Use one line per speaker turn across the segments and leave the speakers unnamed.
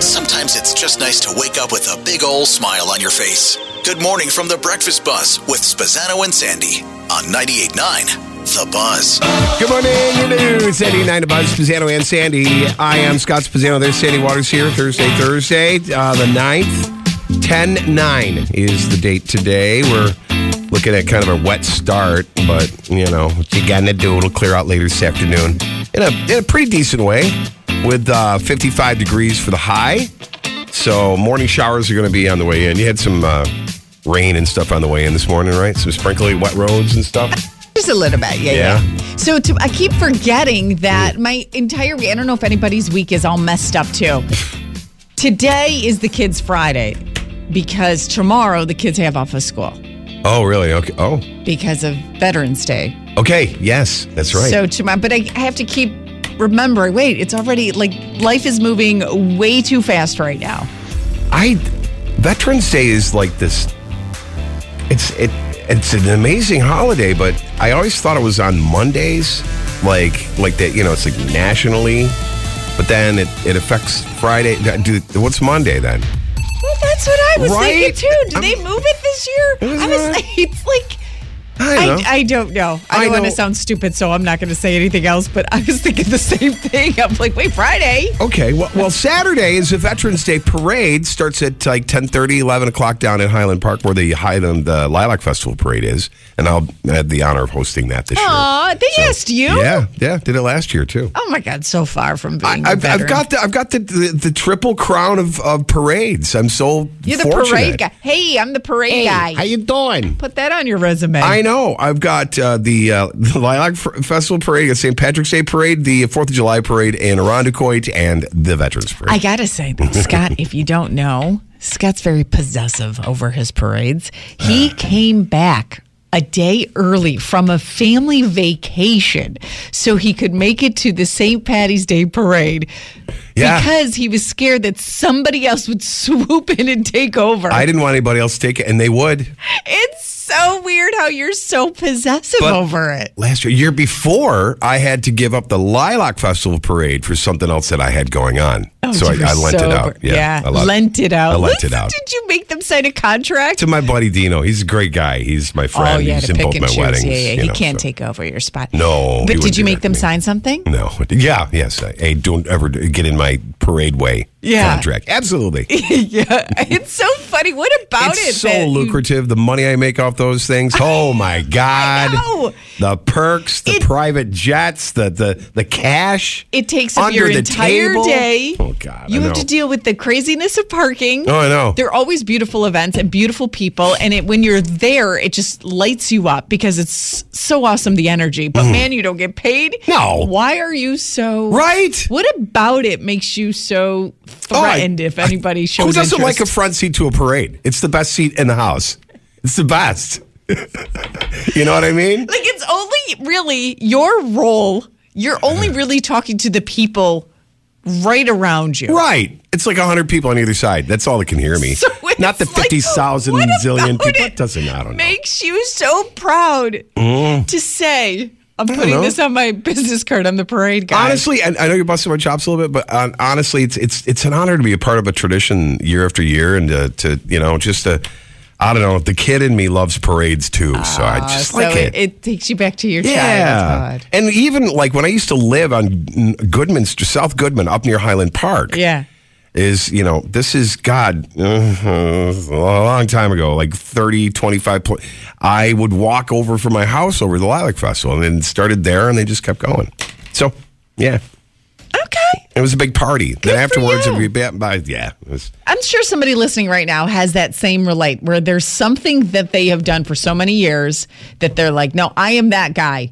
Sometimes it's just nice to wake up with a big old smile on your face. Good morning from the Breakfast Buzz with Spazzano and Sandy on 98.9 The Buzz.
Good morning, you news. 89 Buzz, Pizzano and Sandy. I am Scott Pizzano. There's Sandy Waters here. Thursday, Thursday, uh, the 9th. 10 9 is the date today. We're looking at kind of a wet start, but you know, what you got to do, it'll clear out later this afternoon in a, in a pretty decent way with uh, 55 degrees for the high. So morning showers are going to be on the way in. You had some uh, rain and stuff on the way in this morning, right? Some sprinkly wet roads and stuff.
Just a little bit, yeah,
Yeah.
yeah. So to, I keep forgetting that my entire week, I don't know if anybody's week is all messed up too. Today is the kids' Friday because tomorrow the kids have off of school
Oh, really? Okay. Oh,
because of Veterans Day.
okay. Yes, that's right.
So tomorrow, but I, I have to keep remembering wait, it's already like life is moving way too fast right now.
I Veterans Day is like this. It's it it's an amazing holiday, but I always thought it was on Mondays, like like that. You know, it's like nationally, but then it, it affects Friday. Do, what's Monday then?
Well, that's what I was
Right?
thinking too. Did
I'm-
they move it this year?
It was
I was,
not-
it's like.
I
I,
don't know.
I, don't know. I,
I
don't want to
know.
sound stupid, so I'm not going to say anything else, but I was thinking the same thing. I'm like, wait, Friday?
okay. Well, well, Saturday is a Veterans Day parade. Starts at like 10:30, 11 o'clock down at Highland Park, where the Highland uh, Lilac Festival parade is, and I'll I had the honor of hosting that this
Aw, they asked you?
year. Yeah, yeah, did it last year too.
Oh my God, so far from being.
I, I've,
a
I've
veteran.
got the I've got the, the, the triple crown of, of parades. I'm so
You're the
fortunate.
parade guy. Hey, I'm the parade guy.
How you doing?
Put that on your resume.
I know. I've got uh, the, uh, the Lilac F- Festival parade, the St. Patrick's Day parade, the Fourth of July parade in Irondequoit, and the Veterans Parade.
I gotta say though, Scott, if you don't know, Scott's very possessive over his parades. He
Uh.
came back a day early from a family vacation so he could make it to the St. Patty's Day parade.
Yeah.
Because he was scared that somebody else would swoop in and take over.
I didn't want anybody else to take it, and they would.
it's so weird how you're so possessive
But-
over it.
Last year, year before, I had to give up the Lilac Festival parade for something else that I had going on. so I,
Oh, you were
I lent it
sober.
out.
Yeah.
I lent-
lent it out.
I lent it
Listen,
out.
Did you make them sign a contract?
to my buddy Dino. He's a great guy. He's
Oh,
my friend. He's in both my weddings.
Yeah, yeah.
you
He
know,
can't
so.
take over your spot.
No, he
But
wouldn't
did
do
you make
that to
them
me.
sign something?
No. Yeah. Yes. I, I don't ever d- get in my parade way
Yeah.
contract. Absolutely.
yeah. It's so funny. What about
it's
it?
so
that you-
lucrative. The money I make off those things. Oh my god.
know.
The perks, the
It-
private jets, the the the cash.
It takes up
under
your
the
entire
table.
day.
Oh god.
You
I
have
know.
to deal with the craziness of parking.
Oh, I know.
They're always beautiful events and beautiful people. And it, when you're there, it just lights you up because it's so awesome, the energy. But man, you don't get paid.
Mm. No.
Why are you so.
Right?
What about it makes you so
Oh, I-
threatened if anybody shows
Who doesn't
interest?
like a front seat to a parade? It's the best seat in the house. It's the best. you know what I mean?
Like it's only really your role. You're only really talking to the people right around you.
Right. It's like 100 people on either side. That's all that can hear me.
So it's
Not the
like,
50,000
what
zillion
about
people.
it
It doesn't, I don't know.
Makes you so proud to say, "I'm putting
know.
this on my business card. I'm the parade guy."
Honestly, and I know you're busting my chops a little bit, but um, honestly, it's it's it's an honor to be a part of a tradition year after year, and to, to you know, just to, I don't know, the kid in me loves parades too, so I just
Ah, so
like
it, it takes you back to your
Yeah.
childhood.
And even like when I used to live on Goodman, South Goodman, up near Highland Park.
Yeah.
is, you know, this is God uh, a long time ago, like 30, 25 point. I would walk over from my house over to the Lilac Festival and then started there and they just kept going. So, yeah,
Okay.
it was a big party.
Good
then
for
afterwards,
you.
we yeah, it was,
I'm sure somebody listening right now has that same relate where there's something that they have done for so many years that they're like, no, I am that guy.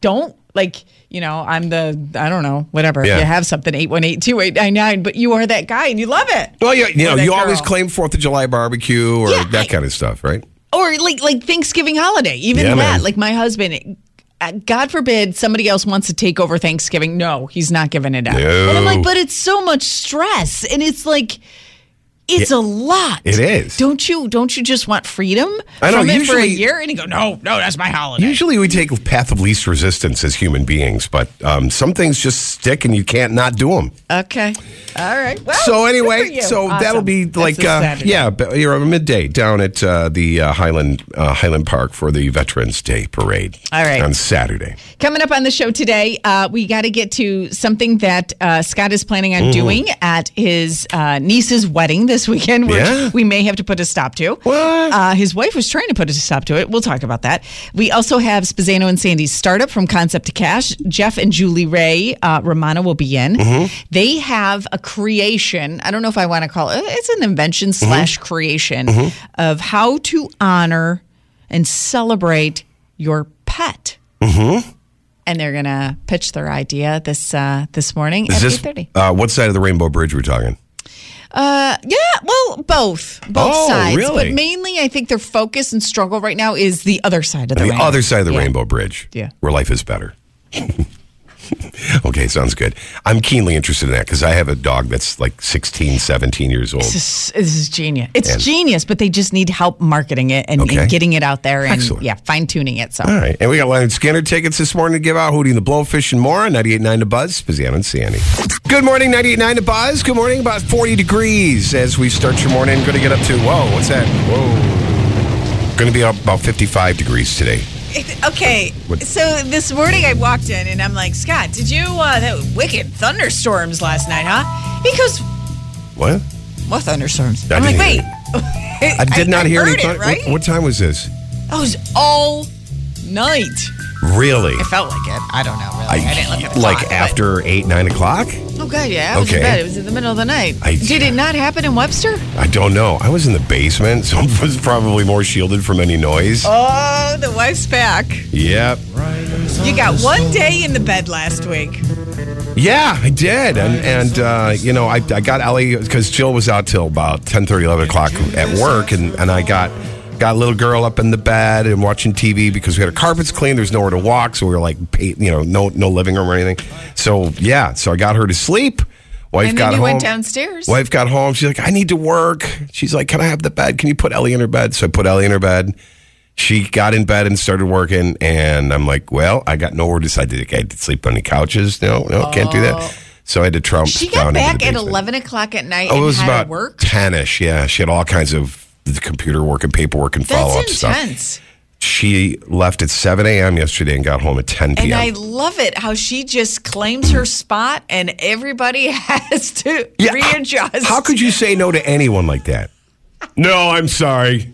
Don't like, you know, I'm the, I don't know, whatever.
Yeah.
You have something, 818 2899, but you are that guy and you love it.
well, yeah, you know,
Or that
you always
girl.
claim Fourth of July barbecue or
Yeah,
that
I-
kind of stuff, right?
or like like Thanksgiving holiday, even
Yeah,
that.
man.
Like my husband, uh, God forbid somebody else wants to take over Thanksgiving. No, he's not giving it up. And I'm
No.
like, but it's so much stress, and it's like. It's a lot.
it is.
Don't you? Don't you just want freedom
I know,
from it for a
usually-
year? And you go, no, no, that's my holiday.
Usually we take the path of least resistance as human beings, but um, some things just stick and you can't not do them.
okay, all right. Well,
so
good for
anyway,
you.
so that'll
Awesome.
be
That's
like
this
uh,
Saturday.
yeah, but you're over midday down at uh, the uh, Highland uh, Highland Park for the Veterans Day Parade.
All right.
on Saturday.
Coming up on the show today, uh, we got to get to something that uh, Scott is planning on doing at his uh, niece's wedding this weekend, which
Yeah.
we may have to put a stop to. What? Uh, his wife was trying to put a stop to it. We'll talk about that. We also have Spazano and Sandy's startup from concept to cash. Jeff and Julie Ray uh, Romano will be in. They have a creation. I don't know if I want to call it. It's an invention slash creation of how to honor and celebrate your pet
Mm-hmm.
and they're gonna pitch their idea this uh, this morning
Is
at eight
this
thirty. Uh,
uh, what side of the Rainbow Bridge we're talking?
Yeah, well, both both
Oh,
sides,
really?
but mainly I think their focus and struggle right now is the other side of the,
The
rainbow.
other side of the
Yeah.
Rainbow Bridge.
Yeah.
where life is better. okay, sounds good. I'm keenly interested in that because I have a dog that's like 16, 17 years old.
This, this is genius. It's genius, but they just need help marketing it and,
Okay.
and getting it out there and
Excellent.
yeah, fine tuning it. So
All right. And we got Leonard Skinner tickets this morning to give out. Hootie and the Blowfish and more. 98.9 to Buzz, Spaziano and Sandy. Good morning, 98.9 to Buzz. Good morning, about 40 degrees as we start your morning. Going to get up to, whoa, what's that? Whoa. Going to be up about 55 degrees today.
okay,
What-
so this morning I walked in and I'm like, Scott, did you uh, that wicked thunderstorms last night, huh? Because
What?
what thunderstorms?
I
I'm like,
didn't
wait.
hear I did not hear
heard
any.
It,
thunder-
right?
what, what time was this?
That was all night.
Really?
It felt like it. I don't know, really. I, didn't look at the
like
clock, but-
after 8, 9 o'clock?
Oh, God, yeah. I was
Okay.
in bed. It was in the middle of the night.
I-
Did it not happen in Webster?
I don't know. I was in the basement, so I was probably more shielded from any noise.
Oh, the wife's back.
Yep.
You got one day in the bed last week.
Yeah, I did, and and uh, you know I, I got Ellie because Jill was out till about 10, 11 o'clock at work, and, and I got got little girl up in the bed and watching TV because we had our carpets clean. There's nowhere to walk, so we were like, pa- you know, no no living room or anything. So yeah, so I got her to sleep. Wife
And then
got
you
home.
went downstairs.
Wife got home. She's like, I need to work. She's like, Can I have the bed? Can you put Ellie in her bed? So I put Ellie in her bed. She got in bed and started working, and I'm like, Well, I got nowhere to decide. Did I did sleep on the couches? No, no, can't do that. So I had to trump.
Oh. She
down
got
into the
back at
basement.
11 o'clock at night
Oh, it
and
was
had
about
to work.
10 ish. Yeah, she had all kinds of the computer work and paperwork and follow up
That's
stuff.
intense.
She left at 7 a.m. yesterday and got home at 10 p.m.
And I love it how she just claims her spot and everybody has to
Yeah,
readjust.
How could you say no to anyone like that? No, I'm sorry.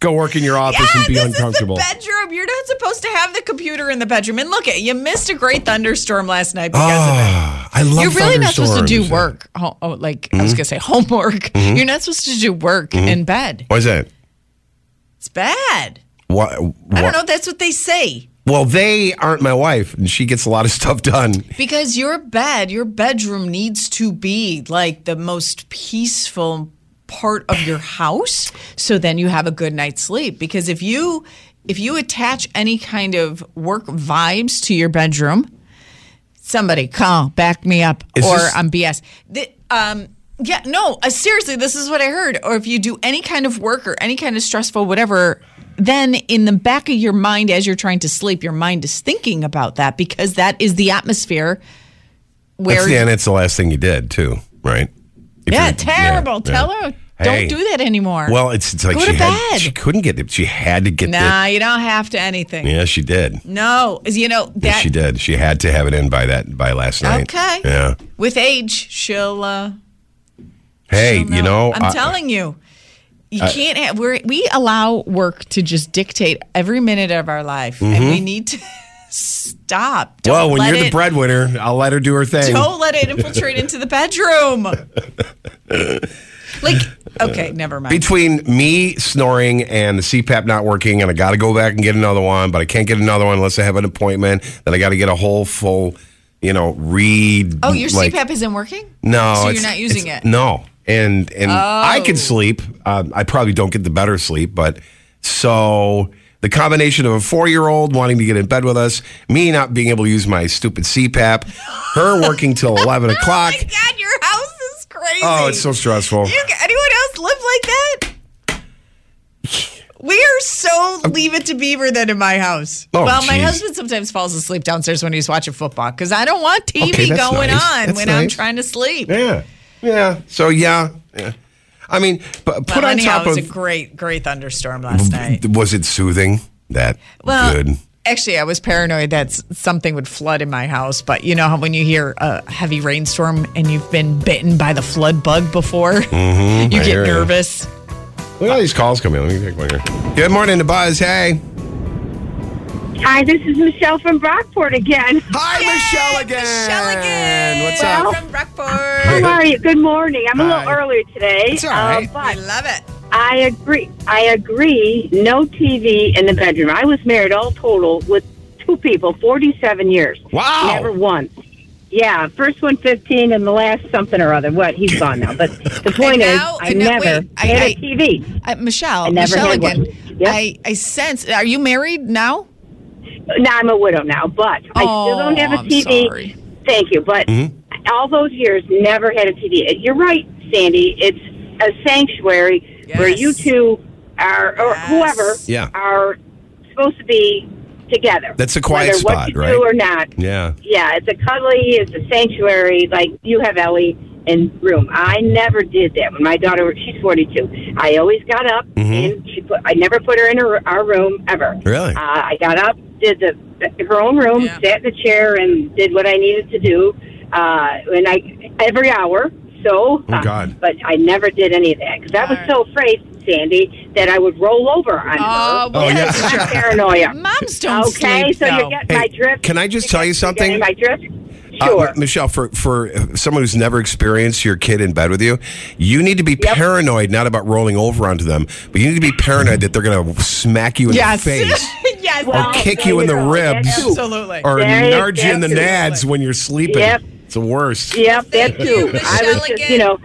Go work in your office and be
this
uncomfortable.
Is the bedroom. You're not supposed to have the computer in the bedroom. And look at you missed a great thunderstorm last night because of it.
Ah, I love
You're really not supposed to do
thunderstorms. Mm-hmm.
work. ho- Oh, like I was gonna say homework. You're not supposed to do work in bed.
Why is that?
It's bad.
What,
I don't know. That's what they say.
Well, they aren't my wife, and she gets a lot of stuff done.
Because your bed, your bedroom needs to be like the most peaceful part of your house so then you have a good night's sleep because if you if you attach any kind of work vibes to your bedroom somebody call back me up
Is
or
this-
I'm BS the, um yeah no uh, seriously this is what I heard or if you do any kind of work or any kind of stressful whatever then in the back of your mind as you're trying to sleep your mind is thinking about that because that is the atmosphere
That's
where
the, and it's the last thing you did, too, right? If
yeah,
you're-
terrible.
yeah,
Tell
yeah.
her
Hey.
don't do that anymore.
Well, it's, it's like
Go
she,
to
had,
bed.
she couldn't get it. She had to get
nah, you don't have to anything.
the- Yeah, she did.
No, is you know
Yeah,
that
she did. She had to have it in by that by last night.
Okay.
Yeah.
with age she'll uh
Hey,
don't
you know,
I'm
Oh, I-
telling you, you can't. Have, we're, we allow work to just dictate every minute of our life, and we need to stop. Don't
Mm-hmm. well, when
let
you're the
it-
breadwinner, I'll let her do her thing.
don't let it infiltrate into the bedroom. like, okay, never mind.
Between me snoring and the CPAP not working, and I got to go back and get another one, but I can't get another one unless I have an appointment. Then I got to get a whole full, you know, read.
oh, your
like-
CPAP isn't working?
No,
So you're
it's-
not using
it's-
it? Oh.
No, and and I can sleep. Um, I probably don't get the better sleep, but so the combination of a four-year-old wanting to get in bed with us, me not being able to use my stupid CPAP, her working till eleven o'clock.
Oh my God, your house is crazy.
Oh, it's so stressful.
You, anyone else live like that? We are so leave it to Beaver than in my house.
Oh,
well, my
geez.
husband sometimes falls asleep downstairs when he's watching football because I don't want TV
Okay, that's
going
nice.
on
That's
when I'm
nice.
trying to sleep.
Yeah, yeah. So yeah, yeah. I mean, but put
Well,
on
anyhow,
top
it was
of
a great, great thunderstorm last night.
was it soothing? That
Well,
good.
actually, I was paranoid that s- something would flood in my house. But you know how when you hear a heavy rainstorm and you've been bitten by the flood bug before, you
Mm-hmm. I
get
hear ya.
nervous.
Look at all these calls coming. in. Let me take one here. Good morning to Buzz. Hey.
Hi, this is Michelle from Brockport again.
Hi, Michelle again.
Michelle again.
What's
Well,
up?
From Rockport.
How are you? Good morning. I'm a
Hi.
little early today.
It's all right.
uh,
I
but
love it.
I agree. I agree. No TV in the bedroom. I was married all total with two people, 47 years.
Wow.
Never once. Yeah, first one 15 and the last something or other. What? He's gone now. But the point
And
is,
now-
I
and now-
never
wait, I-
had a
I-
TV.
Uh, Michelle,
I never
Michelle
had
again.
one. Yep.
I, I sense. Are you married now?
Now I'm a widow now, but I still don't have a
Oh, I'm
TV.
sorry.
Thank you. But
Mm-hmm.
all those years, never had a TV. And You're right, Sandy. It's a sanctuary where
Yes.
you two are, or
Yes.
whoever,
Yeah.
are supposed to be together.
That's a quiet
Whether
spot,
what you
right?
do or not.
Yeah.
Yeah, it's a cuddly, it's a sanctuary. Like you have Ellie in room. I never did that when my daughter. She's forty two. I always got up and she put. I never put her in her, our room ever.
Mm-hmm. Really?
Uh, I got up, did the her own room,
Yeah.
sat in the chair, and did what I needed to do. Uh, and I every hour. So,
Oh, God.
but I never did any of that because I was
All right.
so afraid, Sandy, that I would roll over on
Oh, well,
her.
Oh, yeah.
that's
That's
true.
paranoia.
Moms don't
okay,
sleep,
so
though.
you get my
Hey,
drift.
can I just tell you something?
Getting my drift.
Uh,
Sure.
M- Michelle, for, for someone who's never experienced your kid in bed with you, you need to be
Yep.
paranoid, not about rolling over onto them, but you need to be paranoid that they're going to smack you in
yes.
the face
yes.
or
Well,
kick
there
you in
you
the
go.
ribs
That's-
Absolutely.
or
There you
nudge you in the
go.
nads when you're sleeping.
Yep.
It's the worst.
Yep, that
Thank you,
too. I
Michelle,
was just,
again.
you know,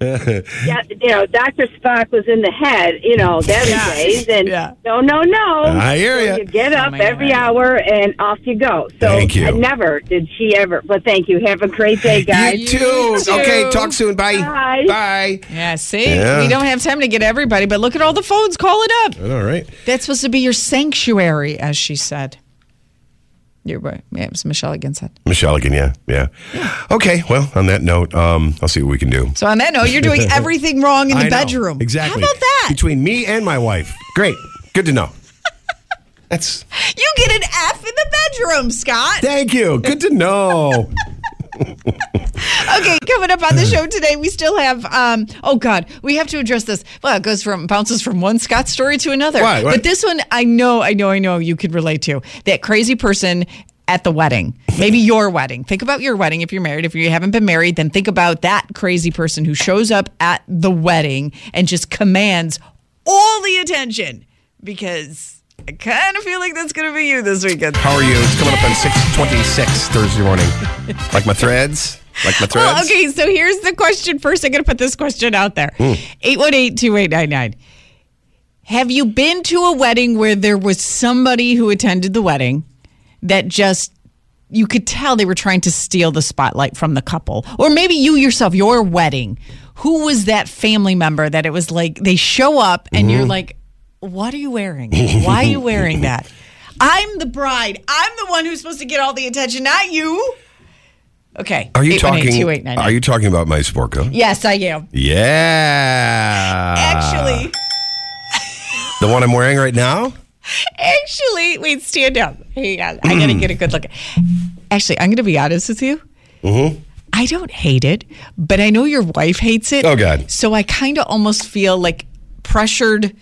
yeah, you know, Doctor Spock was in the head, you know, that
Yeah.
days, and
Yeah. Oh
no, no, no.
I hear ya.
So You get up
my
every
God.
hour and off you go. So
Thank you.
I never did she ever. But thank you. Have a great day, guys.
You too.
too.
Okay, talk soon. Bye.
Bye.
Bye.
Yeah, see,
Yeah.
we don't have time to get everybody, but look at all the phones. Call it up.
All right.
That's supposed to be your sanctuary, as she said. Your boy, yeah, it was Michelle again said.
Michelle again, yeah, yeah. Okay, well, on that note, um, I'll see what we can do.
So on that note, you're doing everything wrong in the
I know.
bedroom.
Exactly.
How about that?
Between me and my wife. Great. Good to know. That's
You get an F in the bedroom, Scott.
thank you. Good to know.
Okay, coming up on the show today, we still have. Um, oh God, we have to address this. Well, it goes from bounces from one Scott story to another.
Why, why?
But this one, I know, I know, I know, you could relate to that crazy person at the wedding. Maybe your wedding. Think about your wedding if you're married. If you haven't been married, then think about that crazy person who shows up at the wedding and just commands all the attention because I kind of feel like that's going to be you this weekend.
How are you? It's coming up on 626 Thursday morning. Like my threads? Like my threads?
Well, oh, okay, so here's the question first. I'm going to put this question out there
Hmm.
818 2899. Have you been to a wedding where there was somebody who attended the wedding that just you could tell they were trying to steal the spotlight from the couple? Or maybe you yourself, your wedding. Who was that family member that it was like they show up and
Mm-hmm.
you're like, what are you wearing? Why are you wearing that? I'm the bride. I'm the one who's supposed to get all the attention, not you. Okay.
Are you
818-2899.
talking Are you talking about my Sporco?
Yes, I am.
Yeah.
Actually,
the one I'm wearing right now?
actually, wait,
Mm-hmm.
stand up. Hang on. I gotta get a good look. Actually, I'm gonna be honest with you. I don't hate it, but I know your wife hates it.
Oh, God.
So I kind of almost feel like pressured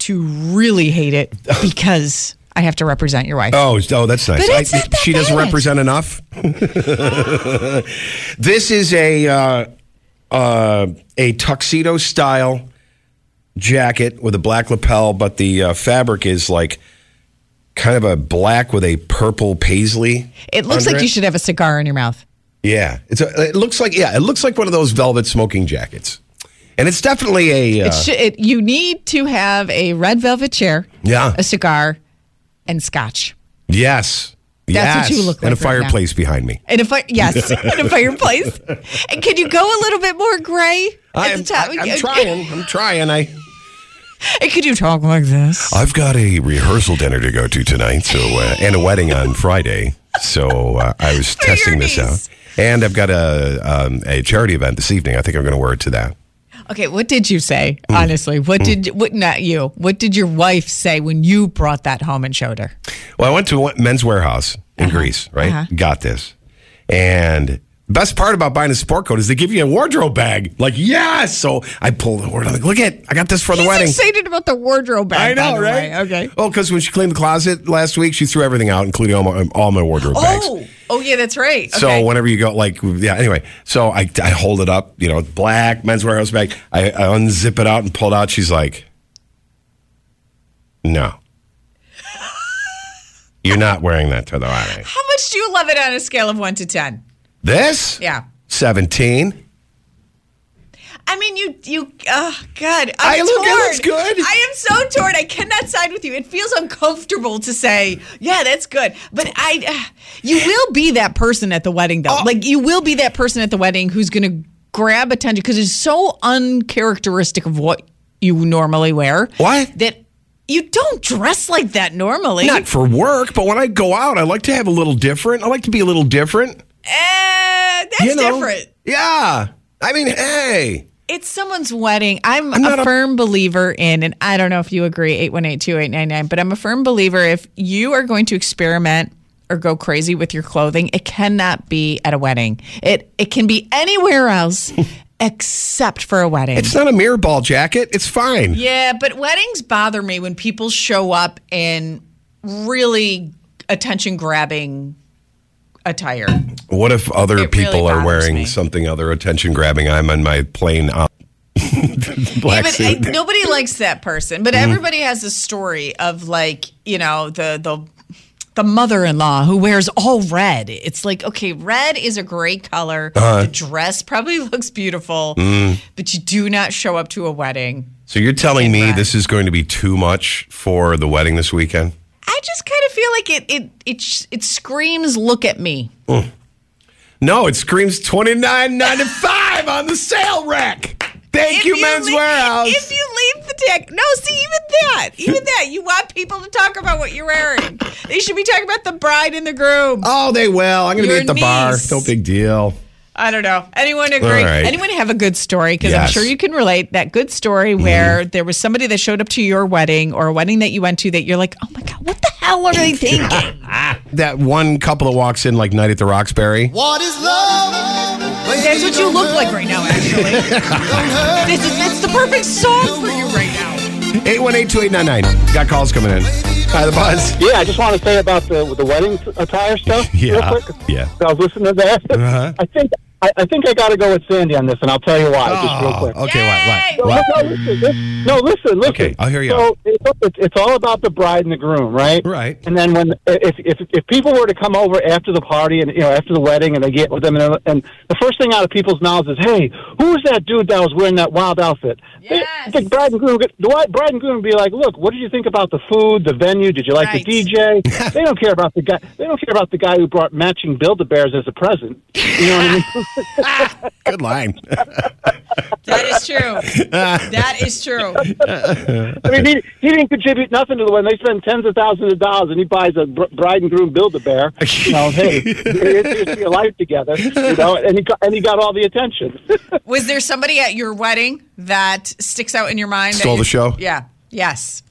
to really hate it because I have to represent your wife.
Oh, oh, that's nice.
But it's not that
she doesn't
bad.
represent enough. this is a uh, uh, a tuxedo style jacket with a black lapel, but the uh, fabric is like kind of a black with a purple paisley.
it looks
under
like you should have a cigar in your mouth.
Yeah, it's a, it looks like yeah, it looks like one of those velvet smoking jackets, and it's definitely a uh,
It should, it, you need to have a red velvet chair,
yeah,
a cigar, and scotch.
yes,
That's what you
yes,
look
and a
like right now.
fireplace behind me.
And a fire, yes, and a fireplace. And can you go a little bit more gray at the
I'm,
top?
I- I'm trying. I'm trying. I.
And could you talk like this?
I've got a rehearsal dinner to go to tonight, so uh, and a wedding on Friday. So uh, I was
your
testing this out,
niece.
and I've got a um, a charity event this evening. I think I'm going to wear it to that.
Okay, what did you say?
Hmm.
Honestly, what did what not you? What did your wife say when you brought that home and showed her?
Well, I went to one- Men's Warehouse in
Uh-huh.
Greece, right? Got this, and best part about buying a sport coat is they give you a wardrobe bag. Like, yes! So I pulled the wardrobe. Like, Look at, I got this for the
He's
wedding.
excited about the wardrobe
I
bag. by
know,
the
right?
way. Okay.
Oh, because when she cleaned the closet last week, she threw everything out, including all my all my wardrobe bags.
Oh, oh yeah, that's right.
So
Okay.
whenever you go, like, yeah. Anyway, so I, I hold it up, you know, it's black men's warehouse bag. I, I unzip it out and pull it out. She's like, "No, you're not wearing that to the wedding."
how much do you love it on a scale of one to ten?
This,
Yeah.
seventeen.
I mean, you, you, oh God, I'm
I look- it
torn.
looks good.
I am so torn. I cannot side with you. It feels uncomfortable to say, yeah, that's good. But I, uh, you will be that person at the wedding,
Oh.
though. Like you will be that person at the wedding who's going to grab attention because it's so uncharacteristic of what you normally wear.
What?
That you don't dress like that normally.
Not for work, but when I go out, I like to have a little different. I like to be a little different.
Eh, that's
you know?
different.
Yeah. I mean, eh, hey.
It's someone's wedding. I'm,
I'm not a-
a firm believer in, and I don't know if you agree, 8182899, but I'm a firm believer if you are going to experiment or go crazy with your clothing, it cannot be at a wedding. It it can be anywhere else except for a wedding.
It's not a mirror ball jacket. It's fine.
yeah, but weddings bother me when people show up in really attention grabbing attire.
What if other
It really
people are
bothers
wearing
me.
something other attention grabbing? I'm on my plane out. Black
But
suit. Mm-hmm.
I, nobody likes that person. But everybody has a story of like you know the the the mother-in-law who wears all red. It's like okay, red is a great color.
Uh-huh.
The dress probably looks beautiful,
Mm.
but you do not show up to a wedding.
so you're telling me
Right.
this is going to be too much for the wedding this weekend?
I just kind of feel like it it it sh- it screams, "Look at me."
Hmm. No, it screams twenty nine ninety five on the sale rack. Thank
If
you, Men's
leave-
Warehouse.
If you leave the tag, no, see, even that, even that, you want people to talk about what you're wearing. They should be talking about the bride and the groom.
oh, they will. I'm going to be
Your
at the bar.
niece.
No big deal.
I don't know. Anyone agree?
All right.
Anyone have a good story? Because I'm
Yes. Mm-hmm.
sure you can relate that good story where there was somebody that showed up to your wedding or a wedding that you went to that you're like, oh my God, what the hell are they thinking?
That one couple that walks in like Night at the Roxbury.
That's what you look like right now, actually. this is, it's the perfect song for you right now.
818-2899. Got calls coming in. Hi, the buzz.
Yeah, I just want to say about the the wedding attire stuff.
Yeah,
real quick.
yeah.
So I was listening to that.
Uh-huh.
I think I, I think I got to go with Sandy on this, and I'll tell you why. just real quick.
Ah, okay,
Yay!
what, what, what?
No, listen, this- no, listen, listen.
Okay, I'll hear you out.
So it's, it's, it's all about the bride and the groom, right?
Right.
And then when if, if if people were to come over after the party and you know after the wedding and they get with them and, and the first thing out of people's mouths is, "Hey, who was that dude that was wearing that wild outfit?" They-
Yes.
the bride and groom, would- the wi- bride and groom would be like, "Look, what did you think about the food, the venue? Did you like
Right.
the DJ?" they don't care about the guy. They don't care about the guy who brought matching Build-A-Bears as a present. You know what I mean?
Good line.
That is true. that is true.
I mean, he, he didn't contribute nothing to the wedding. They spend tens of thousands of dollars, and he buys a br- bride and groom build a bear. You know, hey, here's, here's your life together. You know, and he got, and he got all the attention.
Was there somebody at your wedding that sticks out in your mind? that
Stole the
you-
show?
Yeah. Yes.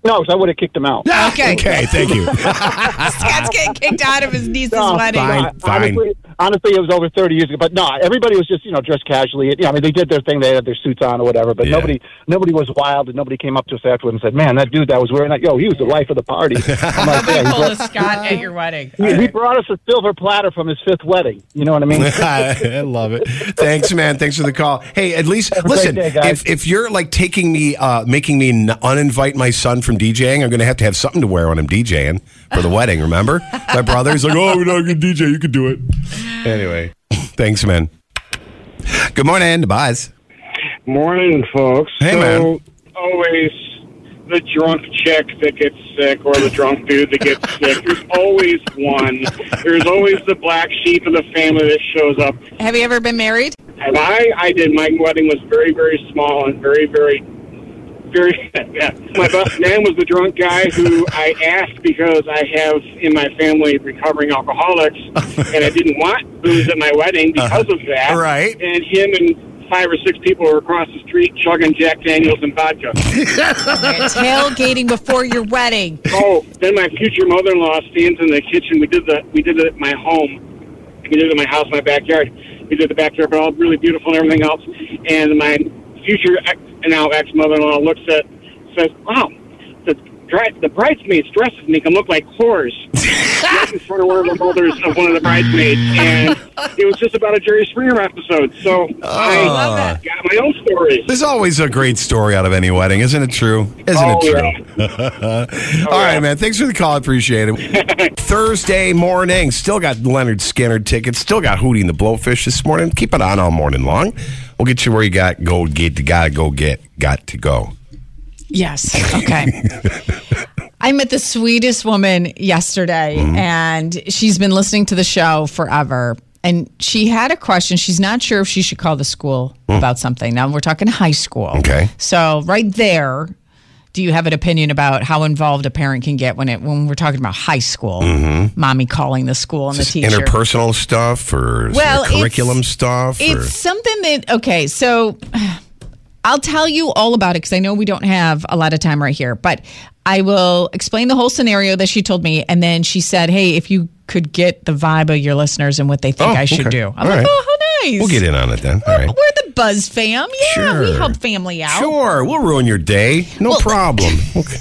no, so I would have kicked him out.
Okay.
okay, thank you.
Scott's getting kicked out of his niece's
No,
wedding.
Fine,
Honestly, honestly, it was over 30 years ago. But no, everybody was just you know dressed casually. You know, I mean, they did their thing. They had their suits on or whatever. But
Yeah.
nobody nobody was wild, and nobody came up to us afterward and said, "Man, that dude that was wearing that, yo, he was the life of the party." I'm like, yeah, he
Pull a
brought,
Scott at your wedding.
he- he brought us a silver platter from his fifth wedding. You know what I mean?
I love it. Thanks, man. Thanks for the call. Hey, at least
a great
listen.
day, guys.
if if you're like taking me, uh, making me n- uninvite my son from DJing, I'm going to have to have something to wear when I'm DJing for the wedding. Remember, my brother's like, "Oh, we're not going to DJ. You can do it." Anyway, thanks, man. Good morning, Buzz.
Morning, folks.
Hey,
so,
man.
Always the drunk chick that gets sick or the drunk dude that gets sick. There's always one. There's always the black sheep in the family that shows up.
Have you ever been married?
And I, I did. My wedding was very, very small and very, very, very. my best man was the drunk guy who I asked because I have in my family recovering alcoholics, and I didn't want booze at my wedding because of that.
Right.
And him and five or six people were across the street chugging Jack Daniels and vodka.
You're tailgating before your wedding.
oh, then my future mother-in-law stands in the kitchen. We did the we did it at my home. We did it at my house, my backyard. We did the backyard, but all really beautiful and everything else. And my future ex, now ex mother-in-law looks at says, "Wow, the dri- the bridesmaids' dresses make them look like whores." Right in front of one of the mothers of one of the bridesmaids, and it was just about a Jerry Springer episode. So I got my own stories.
There's always a great story out of any wedding, isn't it true? Isn't
Oh,
it
yeah. Oh,
true? All right, man. Thanks for the call. I appreciate it. Thursday morning. Still got Leonard Skinner tickets. Still got Hootie and the Blowfish this morning. Keep it on all morning long. We'll get you where you got go get gotta go get got to go.
Yes. Okay. I met the sweetest woman yesterday, and she's been listening to the show forever. And she had a question. She's not sure if she should call the school about something. Now we're talking high school.
Okay.
So right there, do you have an opinion about how involved a parent can get when it when we're talking about high school?
Mm-hmm.
Mommy calling the school and the teacher.
Interpersonal stuff or
Well, it's-
curriculum stuff. or-
It's something that okay, so I'll tell you all about it because I know we don't have a lot of time right here, but I will explain the whole scenario that she told me, and then she said, "Hey, if you could get the vibe of your listeners and what they think
Oh,
I should
okay.
do," I'm
All
like,
right.
"Oh, how nice."
we'll get in on it then. All
We're,
right.
we're the Buzz fam. Yeah, we
Sure.
help family out.
Sure, we'll ruin your day. No
Well,
problem. Okay.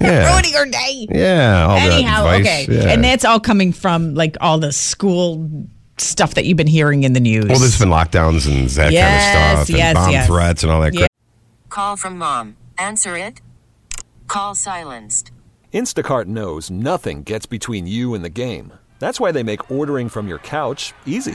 Yeah.
Ruining our day.
yeah. all that
Anyhow,
advice,
okay,
yeah.
and that's all coming from like all the school stuff that you've been hearing in the news.
Well, there's been lockdowns and that kind
Yes,
of stuff, and
yes,
bomb
yes.
threats and all that.
Yeah.
crap.
Call from mom. Answer it. Call silenced.
Instacart knows nothing gets between you and the game. That's why they make ordering from your couch easy.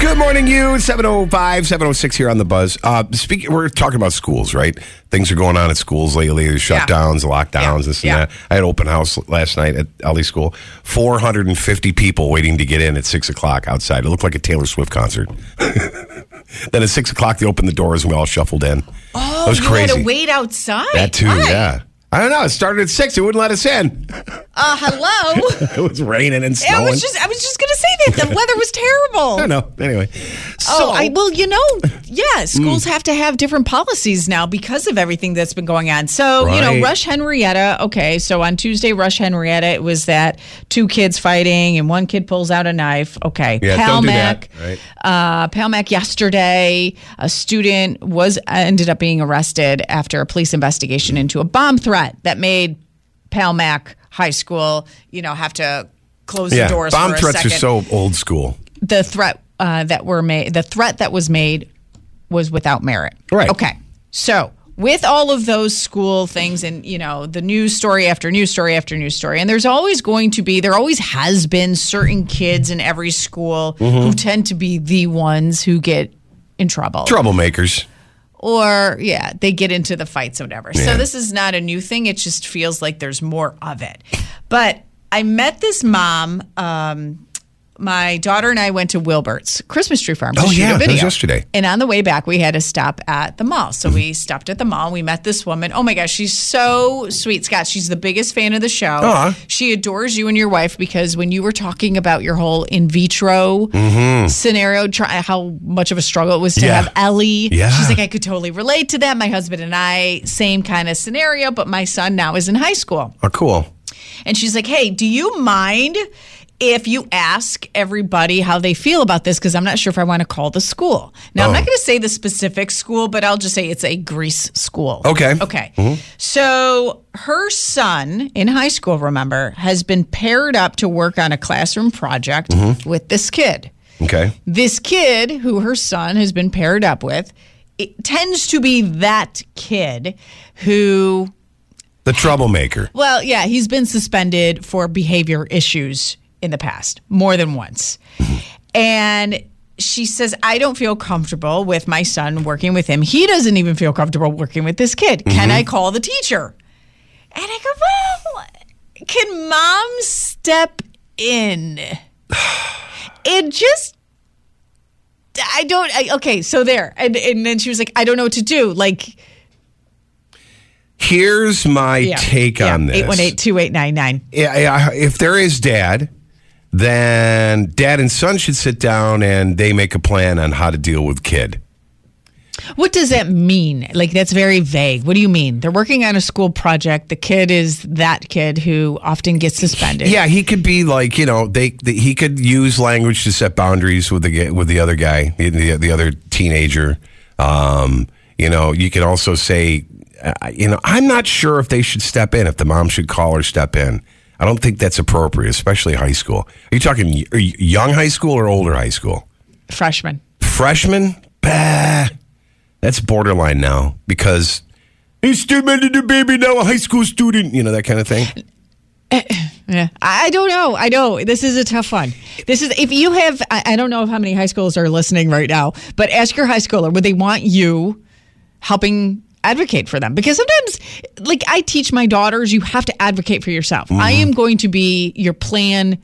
Good morning, you. 705, 706 here on the buzz. Uh, speak, we're talking about schools, right? Things are going on at schools lately. There's
Yeah.
shutdowns, lockdowns,
Yeah.
this and
Yeah.
that. I had open house last night at Ellie School. 450 people waiting to get in at 6 o'clock outside. It looked like a Taylor Swift concert. then at 6 o'clock, they opened the doors and we all shuffled in. Oh, it was
you
crazy.
had to wait outside.
That too,
Why?
yeah. I don't know. It started at 6. It wouldn't let us in.
Uh, hello.
It was raining and
I
snowing.
was just I was just gonna say that the weather was terrible.
I don't know. Anyway.
Oh,
So- Mm.
I well, you know, yeah, schools have to have different policies now because of everything that's been going on. So, you know,
Right.
Rush Henrietta, okay, so on Tuesday, Rush Henrietta, it was that two kids fighting and one kid pulls out a knife. Okay.
Yeah, don't do that,
Palmac,
right.
uh, Palmac yesterday, a student was ended up being arrested after a police investigation into a bomb threat that made Palmac High School, you know, have to close the doors.
Bomb
for a
threats
second
are so old school.
the threat uh, that were made the threat that was made was without merit.
Right.
Okay. So with all of those school things and you know the news story after news story after news story and there's always going to be there always has been certain kids in every school who tend to be the ones who get in trouble
Troublemakers.
or yeah, they get into the fights or whatever.
Yeah.
So this is not a new thing. It just feels like there's more of it. But I met this mom. Um, my daughter and I went to Wilbert's Christmas tree farm to
Oh,
shoot
yeah,
a
that was
video
yesterday. Mm-hmm.
And on the way back, we had to stop at the mall. So we stopped at the mall. We met this woman. Oh my gosh, she's so sweet, Scott. She's the biggest fan of the show.
Aw.
She adores you and your wife because when you were talking about your whole in vitro scenario, try, how much of a struggle it was to
Mm-hmm. Yeah.
have Ellie.
Yeah.
She's like, I could totally relate to that. My husband and I, same kind of scenario, but my son now is in high school.
Oh, cool.
And she's like, Hey, do you mind if you ask everybody how they feel about this? Because I'm not sure if I want to call the school. Now, I'm
Oh.
not going to say the specific school, but I'll just say it's a Greece school.
Okay.
Okay.
Mm-hmm.
So her son in high school, remember, has been paired up to work on a classroom project
Mm-hmm.
with this kid
Okay.
this kid who her son has been paired up with it tends to be that kid who
The troublemaker.
well yeah he's been suspended for behavior issues in the past more than once and she says i don't feel comfortable with my son working with him he doesn't even feel comfortable working with this kid can
Mm-hmm.
i call the teacher and i go well can mom step in it just I don't. I, okay, so there, and and then she was like, "I don't know what to do." Like,
Here's my
yeah,
take on this.
eight one eight two eight nine nine.
Yeah, yeah, if there is dad, then dad and son should sit down and they make a plan on how to deal with kid.
What does that mean? Like, that's very vague. What do you mean? They're working on a school project. The kid is that kid who often gets suspended.
Yeah, he could be like you know they, they he could use language to set boundaries with the g- with the other guy, the the, the other teenager. Um, you know, you can also say, uh, you know, I'm not sure if they should step in, if the mom should call or step in. I don't think that's appropriate, especially high school. Are you talking y- are you young high school or older high school?
freshman.
freshman, bah, that's borderline now because he's stupid the baby now a high school student, you know that kind of thing.
Yeah, I I don't know. I know this is a tough one. This is if you have. I I don't know how many high schools are listening right now, but ask your high schooler would they want you helping advocate for them because sometimes, like I teach my daughters, you have to advocate for yourself. I
Mm-hmm.
am going to be your plan.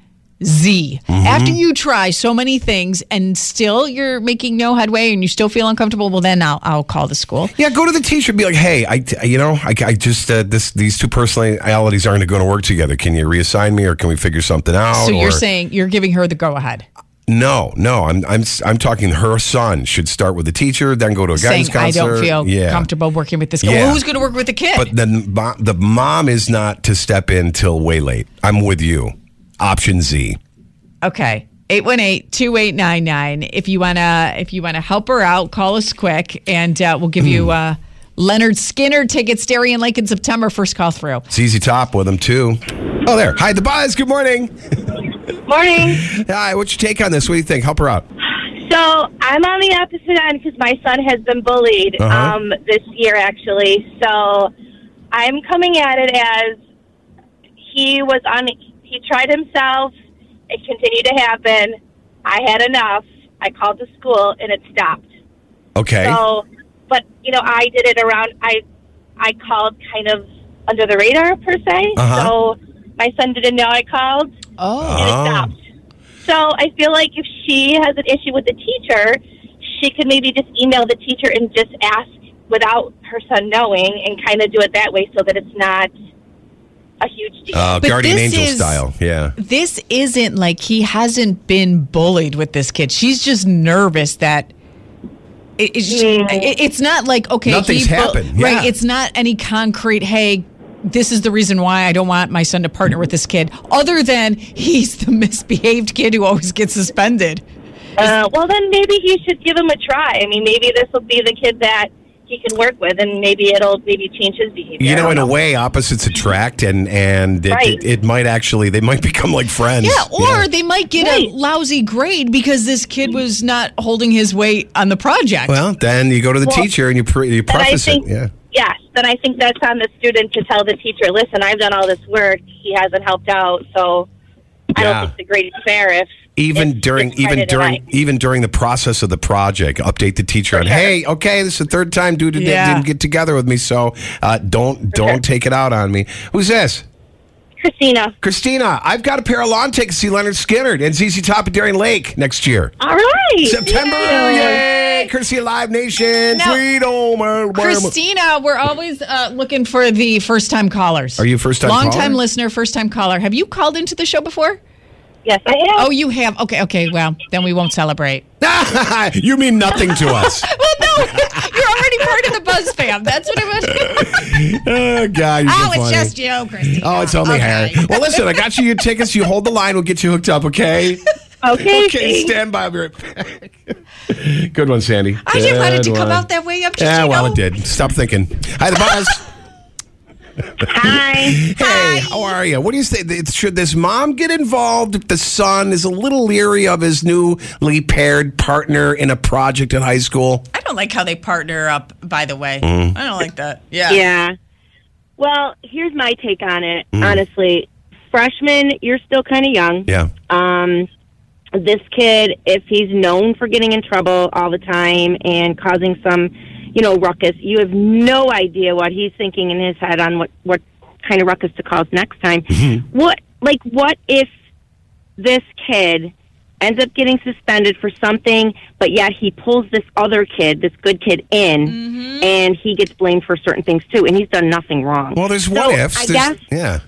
Z.
Mm-hmm.
After you try so many things and still you're making no headway and you still feel uncomfortable, well then I'll I'll call the school.
Yeah, go to the teacher and be like, hey, I, you know, I, I just uh, this these two personalities aren't going to work together. Can you reassign me, or can we figure something out?
So
or-
you're saying you're giving her the go ahead.
no, no, I'm I'm I'm talking. Her son should start with the teacher, then go to a
Saying
guidance
I
counselor.
don't feel
Yeah.
comfortable working with this kid.
Yeah.
Well, who's going to work with the kid?
But then mo- the mom is not to step in till way late. I'm with you. Option Z.
Okay. 818-2899 if you want to if you want to help her out call us quick and uh, we'll give you uh, Leonard Skinner tickets Dairy and Lake in September first call through.
It's easy top with them too. Oh, there. Hi, the buzz. Good morning.
Morning.
Hi. What's your take on this? What do you think? Help her out.
So I'm on the opposite end because my son has been bullied
Uh-huh.
um, this year, actually. So I'm coming at it as he was on. He tried himself. It continued to happen. I had enough. I called the school, and it stopped.
Okay.
So, but you know, I did it around. I I called kind of under the radar per se.
Uh-huh.
So my son didn't know I called
Oh.
and
Oh.
it stopped. So I feel like if she has an issue with the teacher, she could maybe just email the teacher and just ask without her son knowing and kind of do it that way so that it's not a huge deal.
Uh,
But
Guardian
this
Angel
is-
style. Yeah.
This isn't like he hasn't been bullied with this kid. She's just nervous that it, it's just- it- it's not like okay
Nothing's
he bu-
happened. Yeah.
right it's not any concrete hey this is the reason why I don't want my son to partner with this kid other than he's the misbehaved kid who always gets suspended.
Uh, well, then maybe he should give him a try. I mean, maybe this will be the kid that he can work with, and maybe it'll maybe change his behavior.
You
I
know,
don't
in a way, opposites attract, and and it,
Right.
it, it might actually they might become like friends.
Yeah, or
Yeah.
they might get
Right.
a lousy grade because this kid was not holding his weight on the project.
well, then you go to the
Well,
teacher and you pre- you
Then I
preface
think,
it. Yeah,
Yes, then I think that's on the student to tell the teacher, listen, I've done all this work. He hasn't helped out, so I
Yeah.
don't think the grade is fair if
even
if
during
it's
even
Friday
during
night.
even during the process of the project, update the teacher on,
sure.
hey, okay, this is the third time dude did-
Yeah.
didn't get together with me, so uh, don't don't
sure.
take it out on me. Who's this?
Christina.
Christina, I've got a pair of lawn tickets to see Leonard Skinner and ZZ Top at Darien Lake next year.
All right,
September, yay! Christina Live Nation,
Now-
freedom. uh,
Christina, we're always uh, looking for the first time callers.
Are you a first-time
Long time
caller?
listener, first time caller. Have you called into the show before?
Yes, I am.
Oh, you have. Okay, okay. Well, then we won't celebrate.
you mean nothing to us.
Well, no, you're already part of the Buzz fam. That's what it was.
oh, God. You're so
Oh, it's
funny.
just you, Christina.
Oh, it's only
Okay.
her. Well, listen, I got you your tickets. You hold the line. We'll get you hooked up, okay?
okay,
Okay, stand by. I'll be right back. Good one, Sandy.
I just wanted to
Good
come
one.
out that way. I'm just,
Yeah,
you
well,
know,
it did. Stop thinking. Hi, the boss.
hi.
Hey, how are you? What do you think? Should this mom get involved if the son is a little leery of his newly paired partner in a project in high school?
I don't like how they partner up, by the way.
Mm-hmm.
I don't like that. Yeah.
Yeah. Well, here's my take on it. Honestly, freshman, you're still kind of young.
Mm. Yeah.
um, this kid, if he's known for getting in trouble all the time and causing some, you know, ruckus, you have no idea what he's thinking in his head on what what kind of ruckus to cause next time. What like what if this kid ends up getting suspended for something, but yet he pulls this other kid, this good kid, in, and he gets blamed for certain things too, and he's done nothing wrong.
Well, there's
So,
Oh,
what ifs.
I
There's-
guess
Yeah.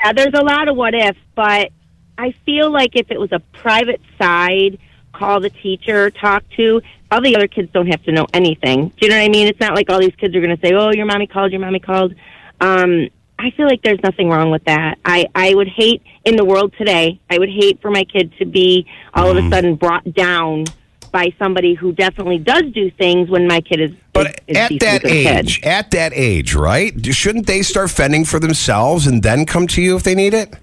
yeah, there's a lot of what ifs, but I feel like if it was a private side, call the teacher, talk to, all the other kids don't have to know anything. Do you know what I mean? It's not like all these kids are going to say, oh, your mommy called, your mommy called. Um, I feel like there's nothing wrong with that. I, I would hate in the world today, I would hate for my kid to be all
Mm.
of a sudden brought down by somebody who definitely does do things when my kid is.
But
is, is
at
decent
that
as a kid.
age, at that age, right? Shouldn't they start fending for themselves and then come to you if they need it?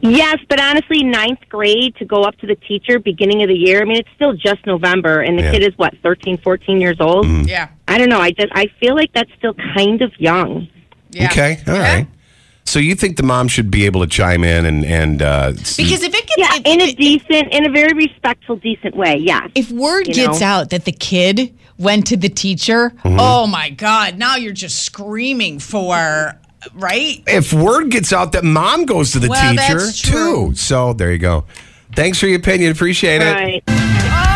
Yes, but honestly, ninth grade to go up to the teacher beginning of the year. I mean, it's still just November, and the
Yeah.
kid is what thirteen, fourteen years old.
Yeah.
I don't know. I just I feel like that's still kind of young.
Yeah.
Okay. all right. So you think the mom should be able to chime in and and uh, s-
Because if it gets
Yeah,
it-
in a decent, in a very respectful, decent way. Yes.
if word
you
gets
know?
out that the kid went to the teacher,
Mm-hmm.
oh my God, now you're just screaming for, right?
if word gets out that mom goes to the
Well,
teacher
that's true.
too, so there you go. Thanks for your opinion. Appreciate it.
Right.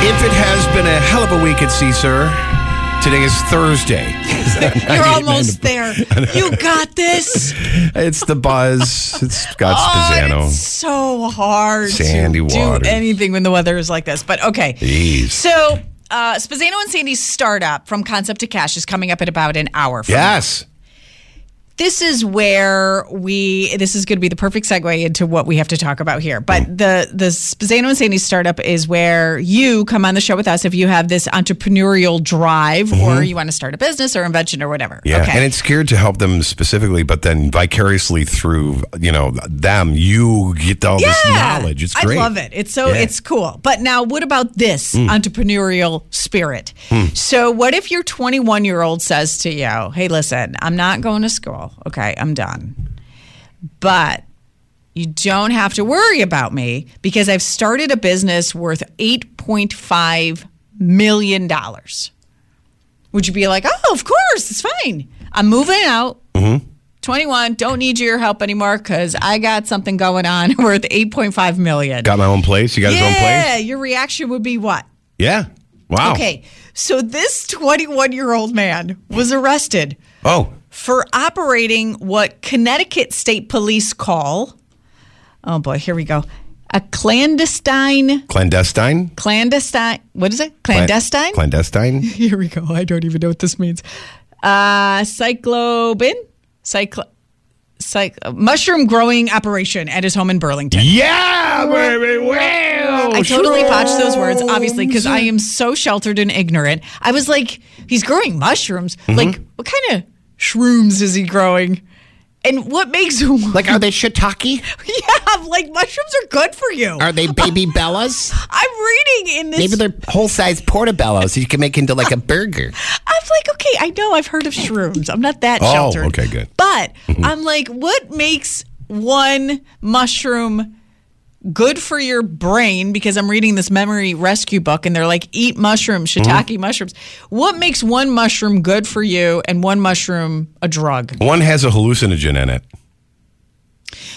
If it has been a hell of a week at Caesar, today is Thursday.
You're almost there. You got this.
It's the buzz. It's Scott
Oh,
Spazzano.
it's so hard
Sandy
to
Waters.
do anything when the weather is like this. But okay.
Jeez.
So uh, Spazzano and Sandy's startup from concept to cash is coming up in about an hour. From now.
Yes.
This is where we. This is going to be the perfect segue into what we have to talk about here. But
Mm.
the the Spazzano and Sandy startup is where you come on the show with us if you have this entrepreneurial drive or you want to start a business or invention or whatever.
Mm-hmm. Yeah,
Okay.
and it's geared to help them specifically, but then vicariously through you know them, you get all this knowledge. It's great.
I love it. It's so
Yeah. Hmm.
it's cool. But now what about this entrepreneurial spirit? So what if your 21 year old says to you, "Hey, listen, I'm not going to school. Okay, I'm done. But you don't have to worry about me because I've started a business worth 8.5 million dollars." Would you be like, "Oh, of course, it's fine. I'm moving out.
Mm-hmm.
21 don't need your help anymore because i got something going on worth 8.5 million
Got my own place. You got his own
yeah
place.
your reaction would be what
Yeah. Wow.
okay so this 21 year old man was arrested
Oh,
for operating what connecticut state police call oh boy here we go a clandestine
clandestine.
clandestine what is it clandestine
Clandestine.
here we go i don't even know what this means uh cyclobin cyclo psych- mushroom growing operation at his home in Burlington.
Yeah, baby. Wow.
I totally botched those words, obviously, because I am so sheltered and ignorant. I was like, he's growing mushrooms.
Mm-hmm.
Like, what kind of shrooms is he growing? And what makes
Like, are they shiitake?
yeah, like mushrooms are good for you.
Are they baby bellas?
I'm reading in this.
Maybe they're whole size portobellos you can make into like a burger.
I'm like, okay, I know I've heard of shrooms. I'm not that
Oh,
sheltered.
okay, good. Mm-hmm.
But I'm like, what makes one mushroom good for your brain? Because I'm reading this memory rescue book and they're like, eat mushrooms, shiitake
Mm-hmm.
mushrooms. What makes one mushroom good for you and one mushroom a drug?
One has a hallucinogen in it.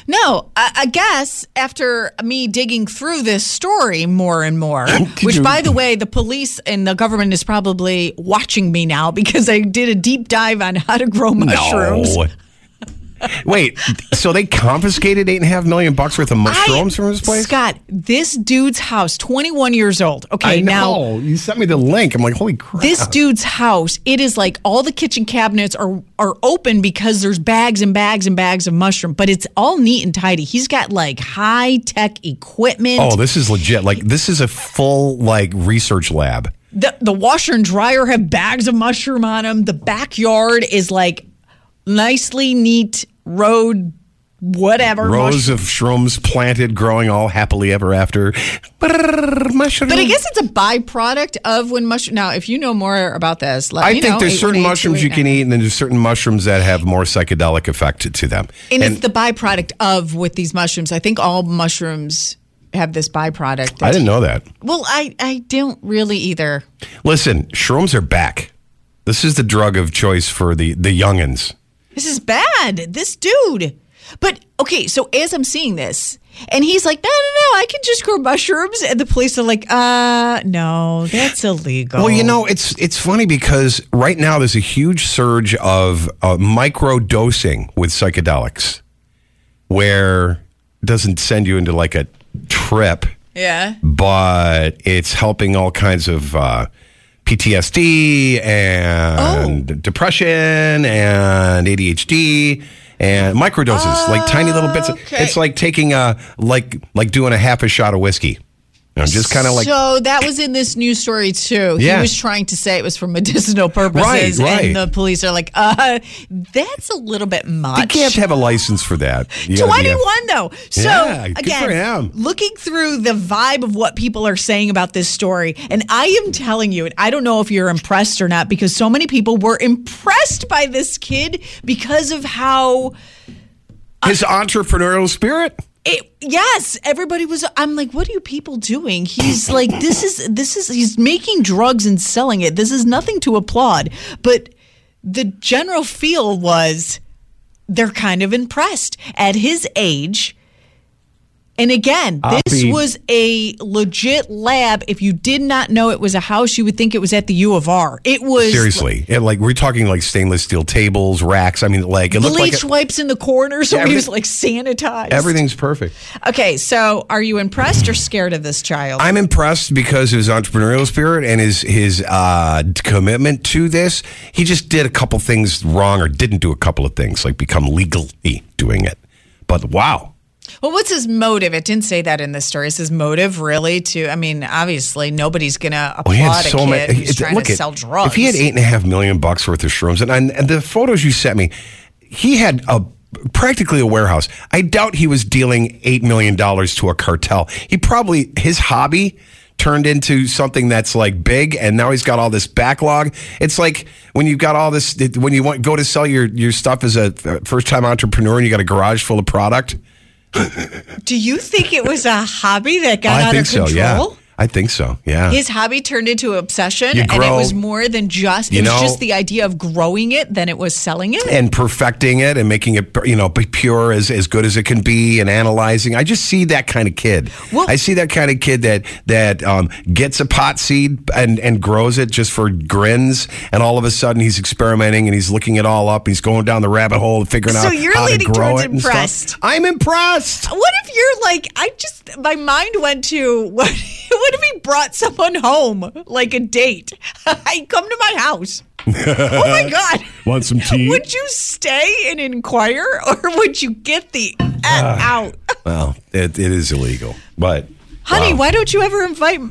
No, I, I guess after me digging through this story more and more, which by the way, the police and the government is probably watching me now because I did a deep dive on how to grow mushrooms.
No. Wait, so they confiscated eight and a half million bucks worth of mushrooms from his place?
Scott, this dude's house, 21 years old. Okay,
I
now
know. you sent me the link. I'm like, holy crap!
this dude's house, it is like all the kitchen cabinets are are open because there's bags and bags and bags of mushroom, but it's all neat and tidy. He's got like high tech equipment.
Oh, this is legit. Like this is a full like research lab.
the the washer and dryer have bags of mushroom on them. The backyard is like nicely neat road, whatever.
Rows
mushroom-
of shrooms planted, growing all happily ever after. Brrr, mushroom.
but I guess it's a byproduct of when mushroom. Now, if you know more about this, let
I
me
think
know,
there's certain
818-289.
mushrooms you can eat, and then there's certain mushrooms that have more psychedelic effect to them.
and, it's the byproduct of with these mushrooms. I think all mushrooms have this byproduct.
I didn't know that.
Well, I I don't really either.
Listen, shrooms are back. This is the drug of choice for the the youngins.
This is bad. This dude. But okay, so as I'm seeing this, and he's like, no, no, no, I can just grow mushrooms. And the police are like, uh, no, that's illegal.
Well, you know, it's it's funny because right now there's a huge surge of uh, micro dosing with psychedelics, where it doesn't send you into like a trip,
Yeah.
but it's helping all kinds of uh, PTSD and depression and ADHD and microdoses, like tiny little bits. of-
Okay.
It's like taking a like like doing a half a shot of whiskey. You know, just kind of like
so that was in this news story too. He
Yeah.
was trying to say it was for medicinal purposes,
Right,
and
right.
the police are like, "Uh, that's a little bit
You
much."
can't have a license for that. You gotta be a-
21 though. So
Yeah, good
again,
for him.
looking through the vibe of what people are saying about this story, and I am telling you, and I don't know if you're impressed or not, because so many people were impressed by this kid because of how
His entrepreneurial spirit.
it yes, everybody was I'm like, what are you people doing? He's like, this is this is he's making drugs and selling it. This is nothing to applaud. But the general feel was they're kind of impressed at his age. And again, this
be-
was a legit lab. If you did not know it was a house, you would think it was at the U of R. It was
Seriously, it, like we're talking like stainless steel tables, racks. I mean, like it looked like
bleach
it-
wipes in the corner, so
Yeah,
he was
everything-
like sanitized.
everything's perfect.
Okay, so are you impressed or scared of this child?
I'm impressed because of his entrepreneurial spirit and his his uh, commitment to this. He just did a couple things wrong, or didn't do a couple of things, like become legally doing it. But wow,
Well, what's his motive? It didn't say that in this story. Is his motive really to? I mean, obviously, nobody's going to applaud
Well, Oh, he had
a
so
kid
many.
who's
it's-
trying
look
to
at-
sell drugs.
If he had eight and a half million bucks worth of shrooms, and, and the photos you sent me, he had a practically a warehouse. I doubt he was dealing eight million dollars to a cartel. He probably his hobby turned into something that's like big, and now he's got all this backlog. It's like when you've got all this it- when you want go to sell your your stuff as a first time entrepreneur, and you got a garage full of product.
do you think it was a hobby that got
I
out
think
of control?
so. Yeah, I think so. Yeah.
His hobby turned into obsession,
You
and it
grow-
was more than just. It
You
was
know-
just the idea of growing it than it was selling it.
and perfecting it and making it you know be pure as as good as it can be and analyzing i just see that kind of kid
Well-
i see that kind of kid that that um, gets a pot seed and and grows it just for grins and all of a sudden he's experimenting and he's looking it all up he's going down the rabbit hole and figuring
So
out
you're
how
leaning
to grow
towards
it and stuff.
impressed.
i'm impressed
what if you're like? I just my mind went to what. What what if he brought someone home, like a date? I come to my house. oh my God.
Want some tea?
Would you stay and inquire, or would you get the F out?
Well, it, it is illegal, but
Honey,
wow.
why don't you ever invite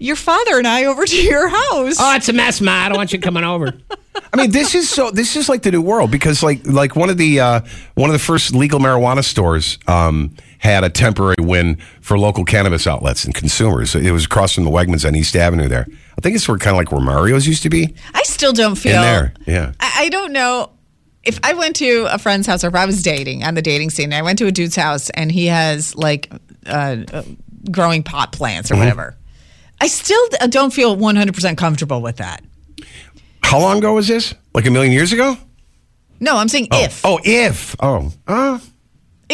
your father and I over to your house?
Oh, it's a mess, Ma. I don't want you coming over.
I mean, this is so. This is like the new world because, like, like one of the uh, one of the first legal marijuana stores um, had a temporary win for local cannabis outlets and consumers. It was across from the Wegmans on East Avenue. There, I think it's where kind of like where Mario's used to be.
I still don't feel.
In there, yeah.
I, I don't know if I went to a friend's house or if I was dating on the dating scene. And I went to a dude's house and he has like uh, uh, growing pot plants or
Mhm.
whatever. I still d- don't feel 100% comfortable with that.
How long ago was this? Like a million years ago?
No, I'm saying
Oh.
if
Oh, if. Oh. Uh, Mm-hmm.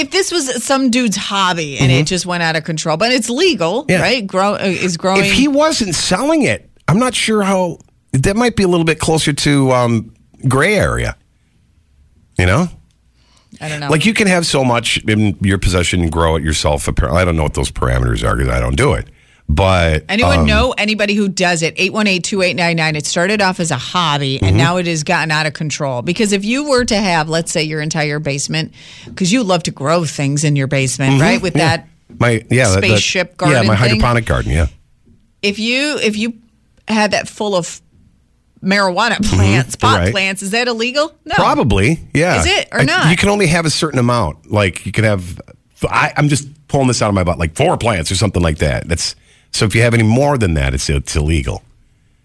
if this was some dude's hobby and it just went out of control, but it's legal,
Yeah.
right? Grow uh, is growing.
if he wasn't selling it, I'm not sure how. That might be a little bit closer to um, gray area. You know?
I don't know.
Like you can have so much in your possession and grow it yourself. Apparently, I don't know what those parameters are because I don't do it. But
Anyone
um,
know anybody who does it? 818-2899. It started off as a hobby and
Mhm.
now it has gotten out of control. Because if you were to have, let's say, your entire basement, because you love to grow things in your basement,
Mhm,
right? With
yeah.
that
my yeah that- that-
spaceship
Yeah,
garden
my
thing?
hydroponic garden. Yeah.
if you if you had that full of marijuana plants, pot
Mm-hmm. right.
plants, is that illegal? No.
Probably, yeah.
Is it or
I-
not?
You can only have a certain amount. Like you can have, I, I'm just pulling this out of my butt, like four plants or something like that. That's so. If you have any more than that, it's it's illegal.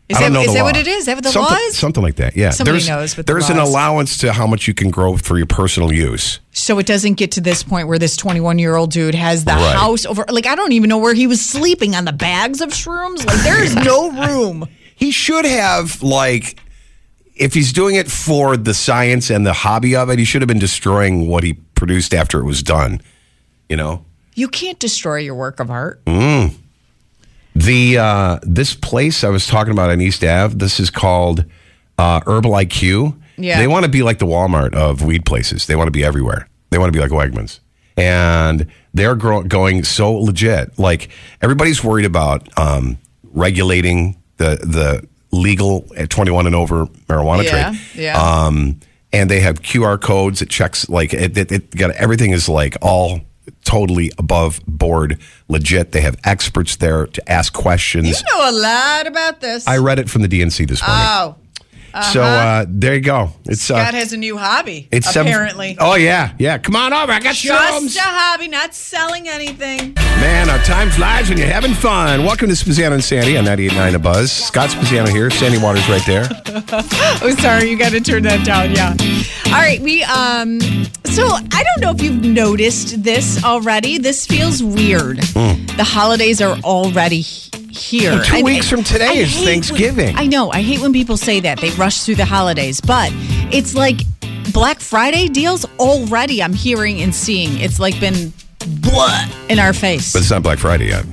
Is
I don't
that-
know
is
the
that
law.
what it is? Is that what the
something,
law is?
Something like that. Yeah.
Somebody
there's
knows what the
there's
law
an
is.
allowance to how much you can grow for your personal use.
So it doesn't get to this point where this 21 year old dude has the
Right.
house over. Like, I don't even know where he was sleeping on the bags of shrooms. Like, there is no room.
He should have like. If he's doing it for the science and the hobby of it, he should have been destroying what he produced after it was done. You know?
You can't destroy your work of art.
Mm. The uh, this place I was talking about on East Ave. This is called uh, Herbal IQ.
Yeah.
They want to be like the Walmart of weed places. They want to be everywhere. They want to be like Wegmans. And they're grow- going so legit. Like everybody's worried about um, regulating the the legal at 21 and over marijuana
Yeah,
trade.
yeah.
Um, and they have QR codes. It checks like it, it, it got everything is like all totally above board, legit. They have experts there to ask questions.
You know a lot about this.
I read it from the DNC this morning.
Oh. Uh-huh.
So uh, there you go. It's
Scott
uh,
has a new hobby,
it's seven-
apparently.
oh yeah, yeah. Come on over. I got shrooms.
Just a hobby, not selling anything.
Man, our time flies when you're having fun. Welcome to Spaziano and Sandy on 98.9 A Buzz. Scott Spaziano here. Sandy Waters right there.
oh, sorry, you got to turn that down. Yeah. All right, we um. So I don't know if you've noticed this already. This feels weird.
Hmm.
The holidays are already he- here.
Hey, two
And
weeks from today is
hate when-
Thanksgiving.
I know. I hate when people say that they rush through the holidays, but it's like Black Friday deals already. I'm hearing and seeing. It's like been blah in our face.
But it's not Black Friday yet.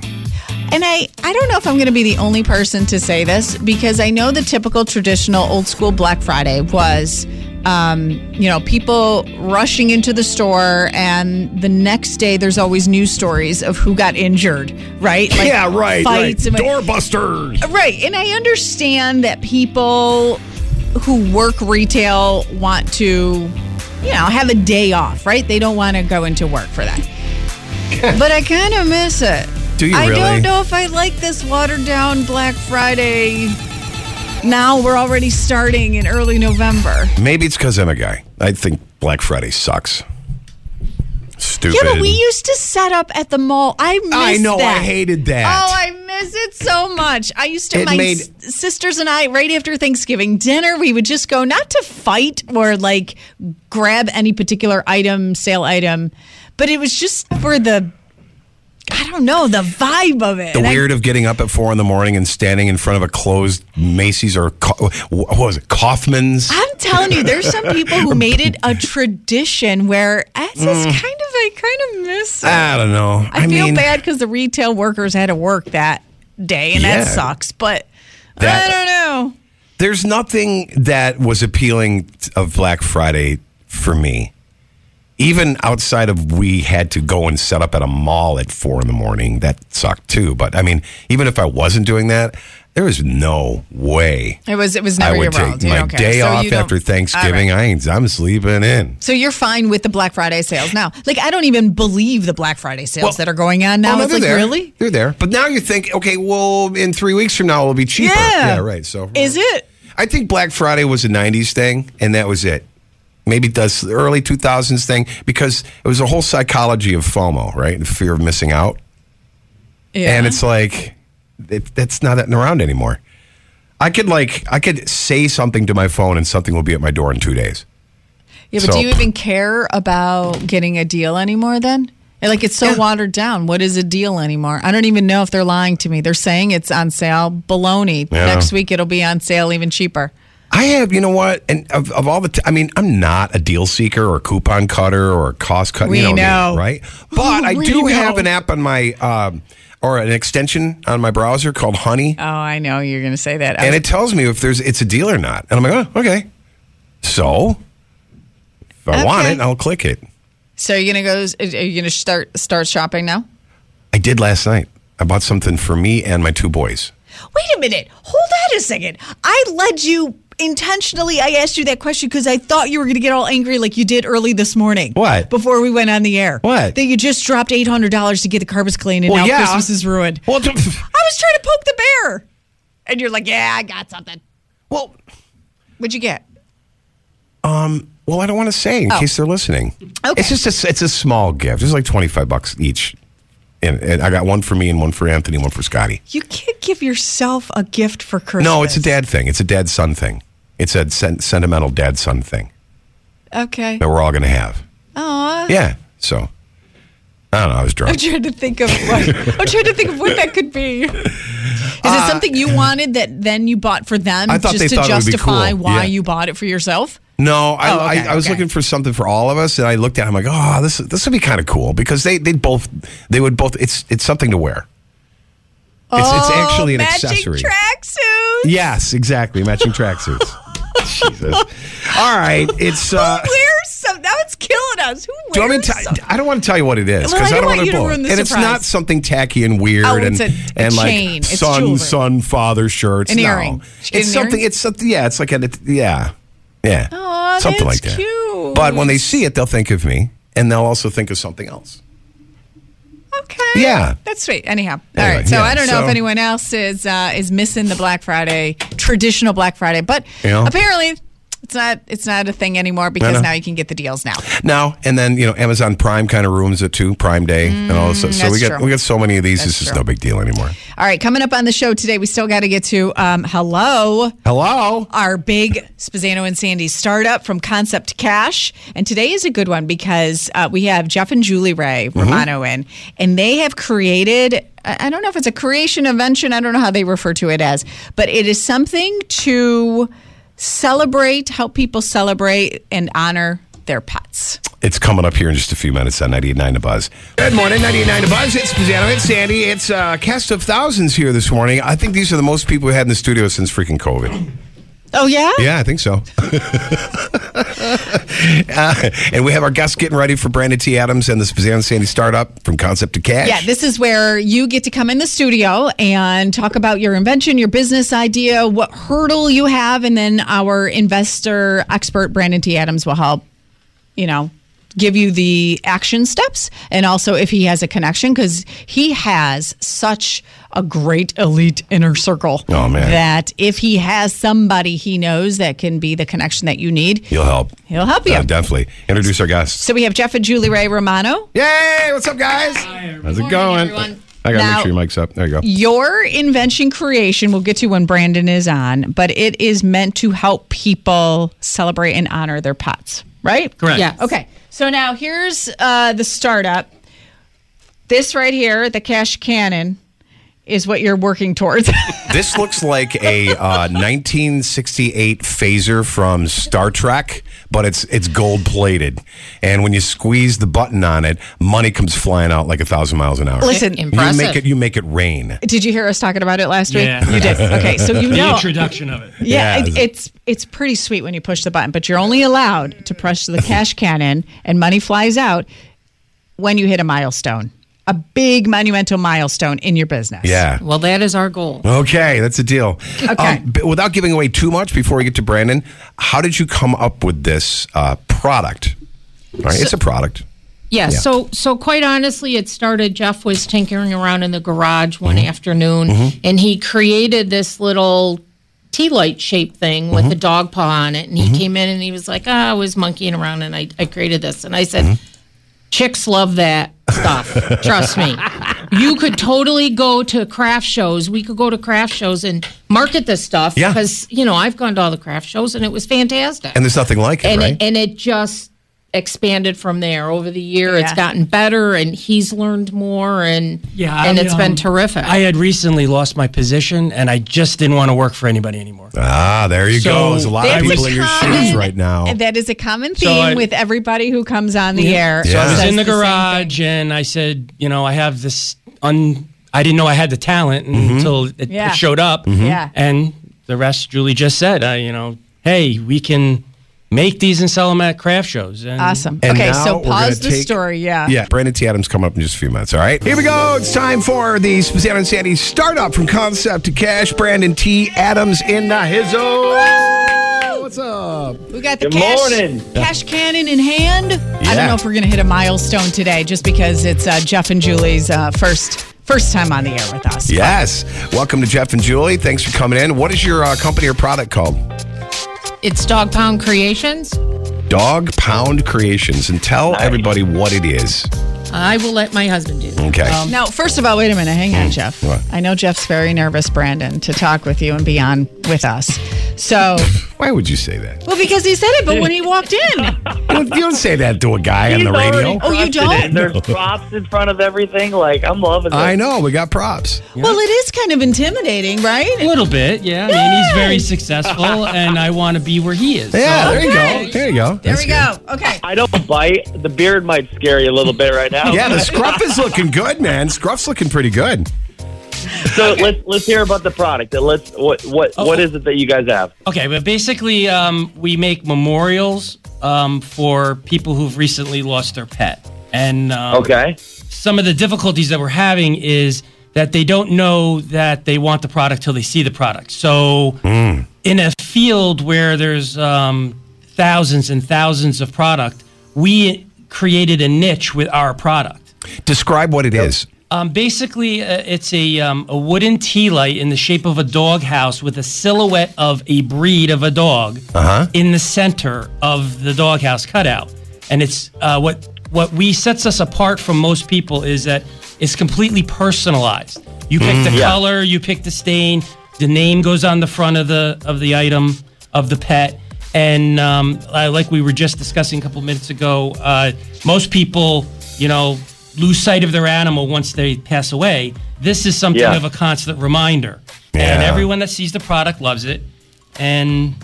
And I, I don't know if I'm going to be the only person to say this because I know the typical traditional old school Black Friday was, um, you know, people rushing into the store, and the next day there's always news stories of who got injured, right? Like
yeah, right.
Fights
right.
and
Doorbusters.
Uh, Right. And I understand that people who work retail want to, you know, have a day off, right? They don't want to go into work for that. but I kind of miss it.
Do you
I
really?
don't know if I like this watered down Black Friday. Now we're already starting in early November.
Maybe it's because I'm a guy. I think Black Friday sucks. Stupid.
Yeah, but we used to set up at the mall. I miss
I know, I
that.
hated that.
Oh, I miss it so much. I used to
It
my
made-
s- sisters and I right after Thanksgiving dinner, we would just go not to fight or like grab any particular item, sale item, but it was just for the I don't know the vibe of it.
the
And I-
weird of getting up at four in the morning and standing in front of a closed Macy's or Co- what was it, Kaufman's?
I'm telling you, there's some people who made it a tradition where I just
Mm. Ah,
kind of I kind of miss it.
I don't know.
I, feel
mean,
bad because the retail workers had to work that day, and
Yeah.
that sucks. But
That-
I don't know.
There's nothing that was appealing of Black Friday for me. even outside of we had to go and set up at a mall at four in the morning, that sucked too. But I mean, even if I wasn't doing that, there was no way
It was it was
I
never your
would
world.
take my
okay.
day
So
off
you don't-
after
All right.
Thanksgiving. I ain't, I'm sleeping in.
So you're fine with the Black Friday sales now. Like I don't even believe the Black Friday sales that are going on now.
Oh, no,
it's
they're
like
there.
really?
They're there. But now you think, okay, well, in three weeks from now, it'll be cheaper.
Yeah.
right. So uh,
Is it?
I think Black Friday was a 90s thing, and that was it. Maybe does the early 2000s thing because it was a whole psychology of FOMO, right? The fear of missing out.
Yeah.
And it's like, it, that's not that around anymore. I could like I could say something to my phone and something will be at my door in two days.
Yeah, but
So-
do you even care about getting a deal anymore then? And, Like it's so watered down. What is a deal anymore? I don't even know if they're lying to me. They're saying it's on sale. Baloney.
Yeah.
Next week it'll be on sale even cheaper.
I have, you know what? And of, of all the, t- I mean, I'm not a deal seeker or a coupon cutter or a cost cutter.
We
you know, me,
know.
right? But I
We
do
know.
have an app on my, um, or an extension on my browser called Honey,
Oh, I know you're going to say that. I
and
was-
it tells me if there's it's a deal or not. And I'm like, oh, okay. So if I want
Okay.
it, I'll click it.
so you're going to go? Are you going to start start shopping now?
I did last night. I bought something for me and my two boys.
Wait a minute. Hold on a second. I led you intentionally. I asked you that question because I thought you were going to get all angry like you did early this morning.
What?
Before we went on the air.
What?
That you just dropped $800 to get the carpets cleaned and
Well,
now
yeah.
Christmas is ruined.
Well, I
was trying to poke the bear. And you're like, yeah, I got something.
Well,
what'd you get?
Um. Well, I don't want to say in
Oh.
case they're listening.
Okay.
It's just a, it's a small gift. It's like twenty five bucks each, and, and I got one for me and one for Anthony, and one for Scotty.
You can't give yourself a gift for Christmas.
No, it's a dad thing. It's a dad son thing. It's a sen- sentimental dad son thing
Okay.
that we're all gonna have.
Aw.
Yeah. So I don't know. I was
Oh. I'm
drunk.
trying to think of what I'm trying to think of what that could be. Is it something you wanted that then you bought for them
I thought
just
they
to
thought it would be
justify
cool.
why
Yeah.
you bought it for yourself?
No, I,
Oh, okay,
I, I was
okay.
looking for something for all of us, and I looked at. it, I'm like, oh, this this would be kind of cool because they they both they would both. It's it's something to wear. It's, it's
Oh,
actually an
magic
accessory.
tracksuit.
Yes, exactly. Matching tracksuits. Jesus. All right. It's. Uh,
Who wears some? Now it's killing us. Who
do you
wears
want me to
some-
t- I don't want to tell you what it is
Well, I
because
don't want
I
you
don't
to
want
ruin
blow
the
it. And it's
surprise.
not something tacky and weird
Oh,
and
it's a- a
and
chain.
like
It's
son
jewelry.
son father shirts.
An
no,
earring. Did you get
it's
an
something.
earring?
It's something. Yeah, it's like an yeah, yeah.
Aw,
something
that's
like that.
cute.
But when they see it, they'll think of me, and they'll also think of something else.
Okay.
Yeah.
That's sweet. Anyhow, all
Anyway,
right. So
yeah,
I don't know
so-
if anyone else is uh, is missing the Black Friday traditional Black Friday, but
Yeah.
apparently it's not it's not a thing anymore
know.
because now you can get the deals now.
Now and then, you know, Amazon Prime kind of ruins it too. Prime Day and all this. stuff. So
Mm, that's
we got
true.
we got so many of these.
That's
it's just
true.
no big deal anymore.
All right, coming up on the show today, we still got to get to um, hello,
hello,
our big Spazzano and Sandy startup from Concept to Cash, and today is a good one because uh, we have Jeff and Julie Ray Romano in, and they have created. I I don't know if it's a creation invention. I don't know how they refer to it as, but it is something to celebrate, help people celebrate and honor their pets.
It's coming up here in just a few minutes on 98.9 The Buzz. Good morning, 98.9 The Buzz. It's Pizzano. It's Sandy. It's a cast of thousands here this morning. I think these are the most people we had in the studio since freaking COVID.
Oh yeah,
Yeah, I think so. Uh, and we have our guests getting ready for Brandon T. Adams and the Pizzano Sandy startup from concept to cash.
Yeah, this is where you get to come in the studio and talk about your invention, your business idea, what hurdle you have, and then our investor expert, Brandon T. Adams, will help, you know, give you the action steps. And also if he has a connection, because he has such a great elite inner circle.
Oh, man.
That if he has somebody he knows that can be the connection that you need,
You'll help.
he'll help you.
Uh, definitely. Introduce our guests.
so we have Jeff and Julie Ray Romano.
Yay! What's up, guys? How's it going? I got to
Now-
make sure your mic's up. There you go.
Your invention creation, we'll get to when Brandon is on, but it is meant to help people celebrate and honor their pets, right?
Correct.
Yeah. Okay. So now here's uh, the startup. This right here, the Cash Cannon, is what you're working towards.
This looks like a uh, 1968 phaser from Star Trek, but it's it's gold plated, and when you squeeze the button on it, money comes flying out like a thousand miles an hour.
Listen-
you
Impressive.
make it you make it rain.
did you hear us talking about it last week?
Yeah.
You did. Okay, so you
The
know
introduction of it.
Yeah,
Yeah.
it, it's it's pretty sweet when you push the button, but you're only allowed to press the cash can in, and money flies out when you hit a milestone, a big monumental milestone in your business.
Yeah.
Well, that is our goal.
Okay, that's a deal. Um,
Okay.
b- without giving away too much, before we get to Brandon, how did you come up with this uh, product? All right, it's a product.
Yeah,
Yeah.
So, so quite honestly, it started. Jeff was tinkering around in the garage one afternoon,
Mhm.
and he created this little tea light shaped thing with a dog paw on it. And he came in and he was like, "Ah, I was monkeying around, and I, I created this." And I said, "Chicks love that stuff. Trust me. You could totally go to craft shows. We could go to craft shows and market this stuff.
Yeah.
Because you know I've gone to all the craft shows, and it was fantastic.
And there's nothing like it,
and
right?
It, and it just expanded from there over the year. It's
Yeah.
gotten better, and he's learned more, and
Yeah,
and
I,
it's been
um,
terrific.
I had recently lost my position, and I just didn't want to work for anybody anymore.
Ah, there you
So,
go. There's a lot
that
of
was
people in your
common.
shoes right now.
And that is a common
So
theme
I-
with everybody who comes on the air.
So I was
Says
in the
same
garage, and I said, you know, I have this un. I didn't know I had the talent
Mm-hmm.
until it, it
Yeah.
showed up.
Mhm. Yeah.
And the rest, Julie just said, uh, you know, hey, we can make these and sell them at craft shows. And
Awesome.
And
okay,
now
so
we're gonna
pause the
take-
story. Yeah.
Yeah, Brandon T. Adams coming up in just a few minutes. All right, here we go. It's time for the Spazano and Sandy startup from concept to cash. Brandon T. Adams in the hizzo. What's up?
We got the
Good
cash,
morning.
cash cannon in hand. I don't
Yeah.
know if we're going to hit a milestone today, just because it's uh, Jeff and Julie's uh, first first time on the air with us.
Yes. Welcome to Jeff and Julie. Thanks for coming in. What is your uh, company or product called?
it's Dog Pound Creations.
Dog Pound Creations. And tell everybody what it is.
I will let my husband do. that.
Okay. Mm,
Um,
now, first of all, wait a minute. Hang on, Jeff.
What?
I know Jeff's very nervous, Brandon, to talk with you and be on with us. So,
Why would you say that?
well, because he said it, but when he walked in,
You don't, you don't say that to a guy on the
He's already
radio.
Oh, you
crushed
don't?
it. There's props in front of everything. Like I'm loving. This.
I know. We got props.
well, it is kind of intimidating, right?
A little bit, yeah. I mean, he's very successful, and I want to be where he is.
Yeah,
So-
there you go.
There you go.
There we go. Okay.
I don't bite. The beard might scare you a little bit right now.
Yeah, the scruff is looking good, man. Scruff's looking pretty good.
so let's let's hear about the product. And Let's what what
Oh,
what is it that you guys have?
Okay, but basically, um, we make memorials um, for people who've recently lost their pet. And um,
Okay.
some of the difficulties that we're having is that they don't know that they want the product till they see the product. So, in a field where there's um, thousands and thousands of product, we created a niche with our product.
Describe what it is.
Um, basically, uh, it's a um, a wooden tea light in the shape of a dog house with a silhouette of a breed of a dog
Uh-huh.
in the center of the doghouse cutout. And it's uh, what what we sets us apart from most people is that it's completely personalized. You pick
Mm.
the
Yeah.
color, you pick the stain, the name goes on the front of the of the item of the pet. And um, I, like we were just discussing a couple minutes ago, uh, most people, you know, lose sight of their animal once they pass away. This is something
Yeah.
of a constant reminder, and
Yeah.
everyone that sees the product loves it. And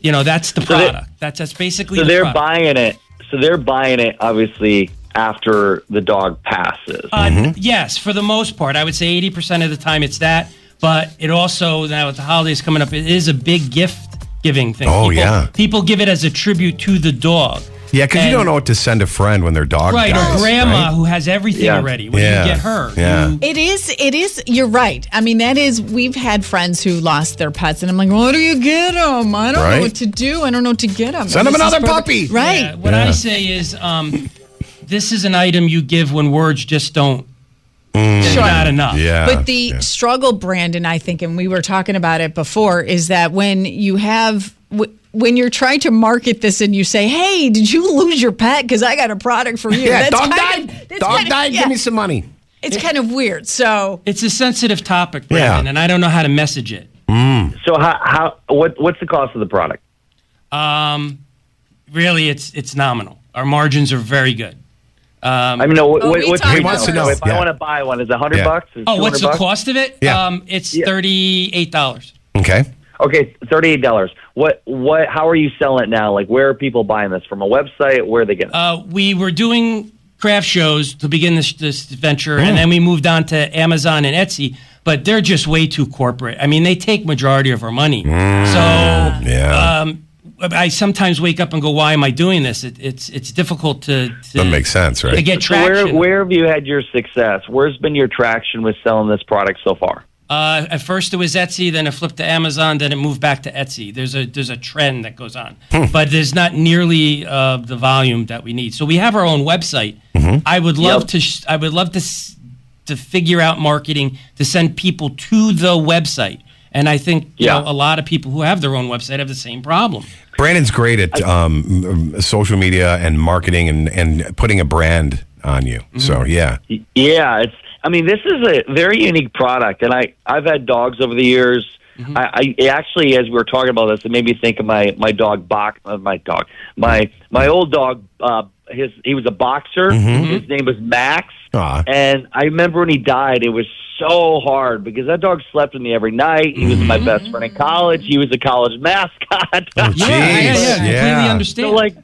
you know, that's the
So they-
product. that's that's basically
So
the
they're
product.
buying it. So they're buying it obviously after the dog passes.
Uh,
Hmm?
Yes, for the most part, I would say eighty percent of the time it's that. But it also now with the holidays coming up, it is a big gift giving thing.
Oh,
people,
yeah.
people give it as a tribute to the dog.
Yeah, because you
And-
don't know what to send a friend when their dog
right
dies.
or grandma
right?
who has everything
Yeah.
already. When
Yeah.
you get her,
Yeah.
It is. It is. You're right. I mean, that is. We've had friends who lost their pets, and I'm like, what do you get them? I don't
Right.
know what to do. I don't know what to get them.
Send 'em another puppy.
right?
Yeah, what
Yeah.
I say is, um, this is an item you give when words just don't.
Mm.
Sure. Not enough.
Yeah.
But the struggle, Brandon, I think, and we were talking about it before, is that when you have. w- When you're trying to market this and you say, "Hey, did you lose your pet? Because I got a product for you."
yeah, dog
kind
died.
of- that's
dog
kind of-
died.
yeah.
Give me some money.
It's kind of weird. So
it's a sensitive topic, Brandon, and I don't know how to message it. Mm.
So how how what what's the cost of the product?
Um, really, it's it's nominal. Our margins are very good. Um,
I mean, no, what, what, what's
He
the
wants to
retail?
know.
If I
Yeah.
want to buy one, is it hundred
Yeah.
bucks? Is it
Oh, what's the
200 bucks?
cost of it?
Yeah.
Um, it's thirty-eight dollars.
Okay.
Okay, thirty-eight dollars. What? What? How are you selling it now? Like, where are people buying this from? A website? Where are they getting? it?
Uh, we were doing craft shows to begin this this venture, and then we moved on to Amazon and Etsy. But they're just way too corporate. I mean, they take majority of our money. so um, I sometimes wake up and go, "Why am I doing this?" It, it's it's difficult to, to
That makes sense, right?
to get
So where,
traction.
where have you had your success? Where's been your traction with selling this product so far?
Uh, at first it was Etsy, then it flipped to Amazon, then it moved back to Etsy. There's a there's a trend that goes on,
Hmm.
but there's not nearly uh, the volume that we need. So we have our own website. I would love to sh- I would love to s- to figure out marketing to send people to the website, and I think you
Yeah.
know, a lot of people who have their own website have the same problem.
Brandon's great at um, m- m- social media and marketing and, and putting a brand on you.
Mm-hmm.
So, yeah.
Y- Yeah, it's. I mean, this is a very unique product, and I I've had dogs over the years.
Mm-hmm.
I, I it actually, as we were talking about this, it made me think of my my dog box. Uh, my dog, my my old dog. Uh, his he was a boxer.
Mm-hmm.
His name was Max.
Aw.
And I remember when he died, it was so hard because that dog slept with me every night. He was my best friend in college. He was a college mascot.
yeah, yeah, yeah, completely Yeah. understand.
So like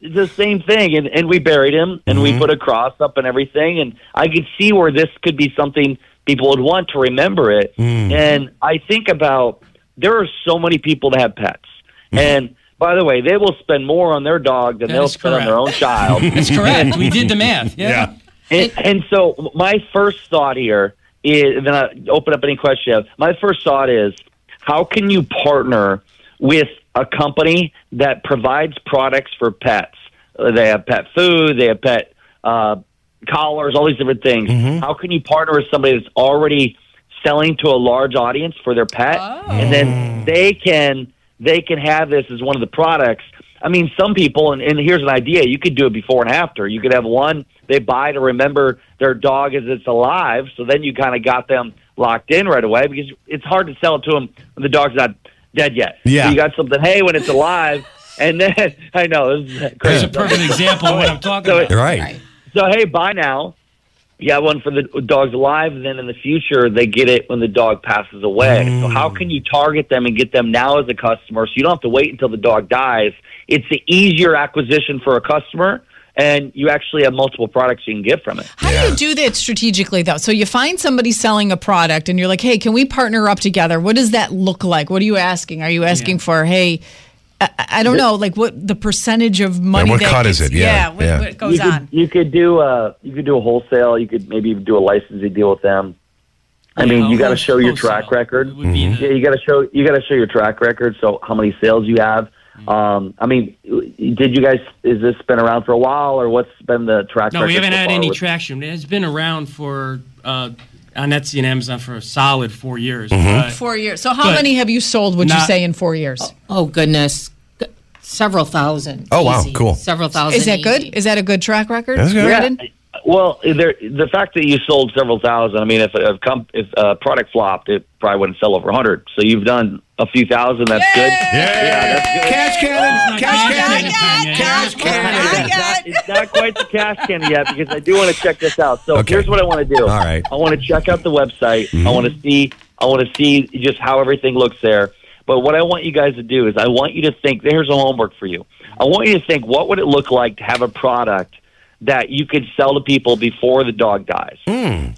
it's the same thing, and and we buried him, and we put a cross up and everything, and I could see where this could be something people would want to remember it. And I think about there are so many people that have pets, and by the way, they will spend more on their dog
Mm-hmm. That
than they'll
is
spend on their own
correct.
child.
That's correct. We did the math. yeah.
And, and so my first thought here is, and then I open up any question. you have. My first thought is, how can you partner with a company that provides products for pets? Uh, They have pet food, they have pet uh, collars, all these different things.
Mm-hmm.
How can you partner with somebody that's already selling to a large audience for their pet, and
Mm.
then they can they can have this as one of the products. I mean, some people, and, and here's an idea: you could do it before and after. You could have one they buy to remember their dog as it's alive, so then you kind of got them locked in right away because it's hard to sell it to them when the dog's not dead yet.
Yeah.
so you got something. Hey, when it's alive, and then I know this is
There's
crazy.
a perfect example of what I'm talking about.
Right.
So hey, buy now. You got one for the dog's alive, and then in the future they get it when the dog passes away. So how can you target them and get them now as a customer so you don't have to wait until the dog dies? It's the easier acquisition for a customer and you actually have multiple products you can get from it.
How do you do that strategically, though? So you find somebody selling a product and you're like, hey, can we partner up together? What does that look like? What are you asking? Are you asking for, hey, I, I don't know, like what the percentage of money
what
that
cut
gets-
is it? Yeah,
what,
yeah.
what goes
you could,
on?
You could do a you could do a wholesale. You could maybe do a licensing deal with them. I mean, you got to show your track record.
Mm-hmm.
Yeah, you got to show you got to show your track record. So how many sales you have?
Mm-hmm.
Um, I mean, did you guys? Is this been around for a while, or what's been the track?
No,
record
we haven't
so
had
far
any
with-
traction. It has been around for uh, on Etsy and Amazon for a solid four years. but-
Four years. So how
But
many have you sold, would you
not-
say, in four years?
Oh goodness, G- several thousand.
Oh, wow,
Easy.
cool.
Several thousand.
Is that good? Is that a good track record?
That's good.
Brandon?
Well, there, the fact that you sold several thousand. I mean, if a, comp, if a product flopped, it probably wouldn't sell over a hundred. So you've done a few thousand. That's good. Yeah, that's good.
Cash
Oh,
cannon. Cash cannon. Cash cannon.
It's not quite the cash can yet because I do want to check this out. So here's what I want to do. All right. Mm-hmm. I want to check out the website. I want to see. I want to see just how everything looks there. But what I want you guys to do is I want you to think. Here's a homework for you. I want you to think. What would it look like to have a product that you could sell to people before the dog dies?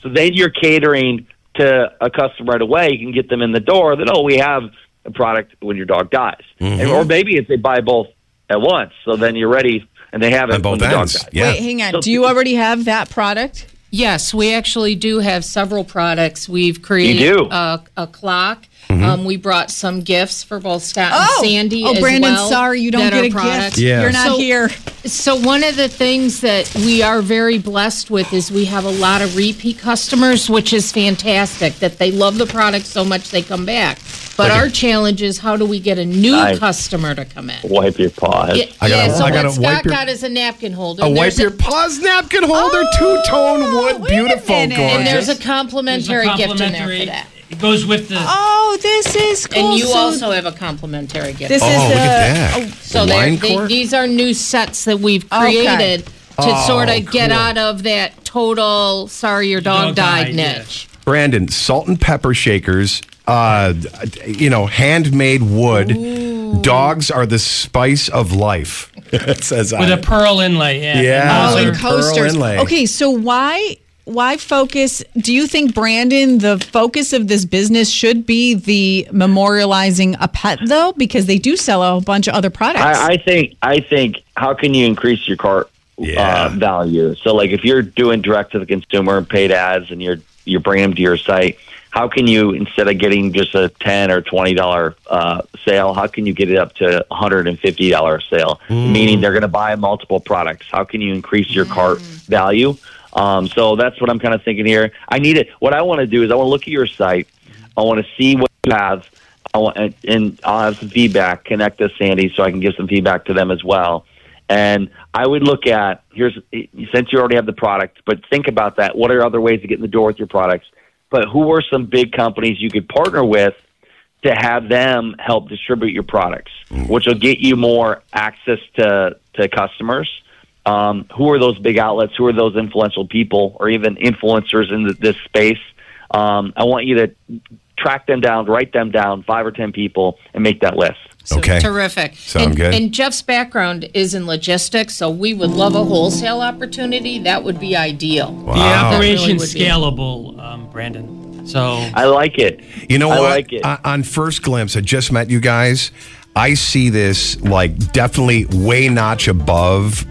So then you're catering to a customer right away. You can get them in the door that, oh, we have a product when your dog dies. And, or maybe if they buy both at once. So then you're ready and they have it when the dog dies.
yeah.
Wait, hang on. Do you already have that product?
Yes, we actually do have several products. We've created
You do? Mm-hmm.
A, a clock. Um, we brought some gifts for both Scott
Oh!
and Sandy.
Oh,
as
Brandon,
well
sorry, you don't
that
get
are
a gift.
products.
Yeah. You're not here.
So one of the things that we are very blessed with is we have a lot of repeat customers, which is fantastic. That they love the product so much they come back. But
Okay.
our challenge is how do we get a new
Nice.
customer to come in?
Wipe your paws.
Yeah, yeah, so what Scott got is a napkin holder.
A
and there's Oh,
wipe your paws napkin holder, two tone wood, beautiful, gorgeous.
And there's a complimentary, gift in there for
complimentary-
that.
It goes with the.
Oh, this is cool.
And you
So-
also have a complimentary gift.
This Oh, is look at a- that.
So
The
they're-
wine
they,
cork?
these are new sets that we've
Okay.
created to
Oh,
sort of get
cool.
out of that total sorry your dog, died, niche.
Brandon, salt and pepper shakers, uh, you know, handmade wood. Dogs are the spice of life. it says
with a pearl inlay. Yeah,
Yeah.
Those
Oh,
are-
and
and coasters.
inlay.
Okay, so why why focus? Do you think Brandon, the focus of this business should be the memorializing a pet though, because they do sell a whole bunch of other products.
I, I think I think how can you increase your cart uh, value? So like if you're doing direct to the consumer and paid ads and you're you're bringing them to your site, how can you instead of getting just a ten or twenty dollar uh, sale, how can you get it up to a hundred and fifty dollar sale?
Mm.
Meaning they're going to buy multiple products. How can you increase your cart value? Um, so that's what I'm kind of thinking here. I need it. What I want to do is I want to look at your site. I want to see what you have. I want, and, and I'll have some feedback. Connect to Sandy so I can give some feedback to them as well. And I would look at here's since you already have the product, but think about that. What are other ways to get in the door with your products? But who are some big companies you could partner with to have them help distribute your products,
Mm.
which will get you more access to to customers. Um, who are those big outlets? Who are those influential people, or even influencers in th this space? Um, I want you to track them down, write them down, five or ten people, and make that list.
okay.
Terrific.
Sound
and,
good?
and Jeff's background is in logistics, so we would love a wholesale opportunity. That would be ideal.
The
Wow.
operation's
That really
scalable, um, Brandon. So
I like it.
You know
I
what?
like it.
I- on first glimpse, I just met you guys. I see this like definitely way notch above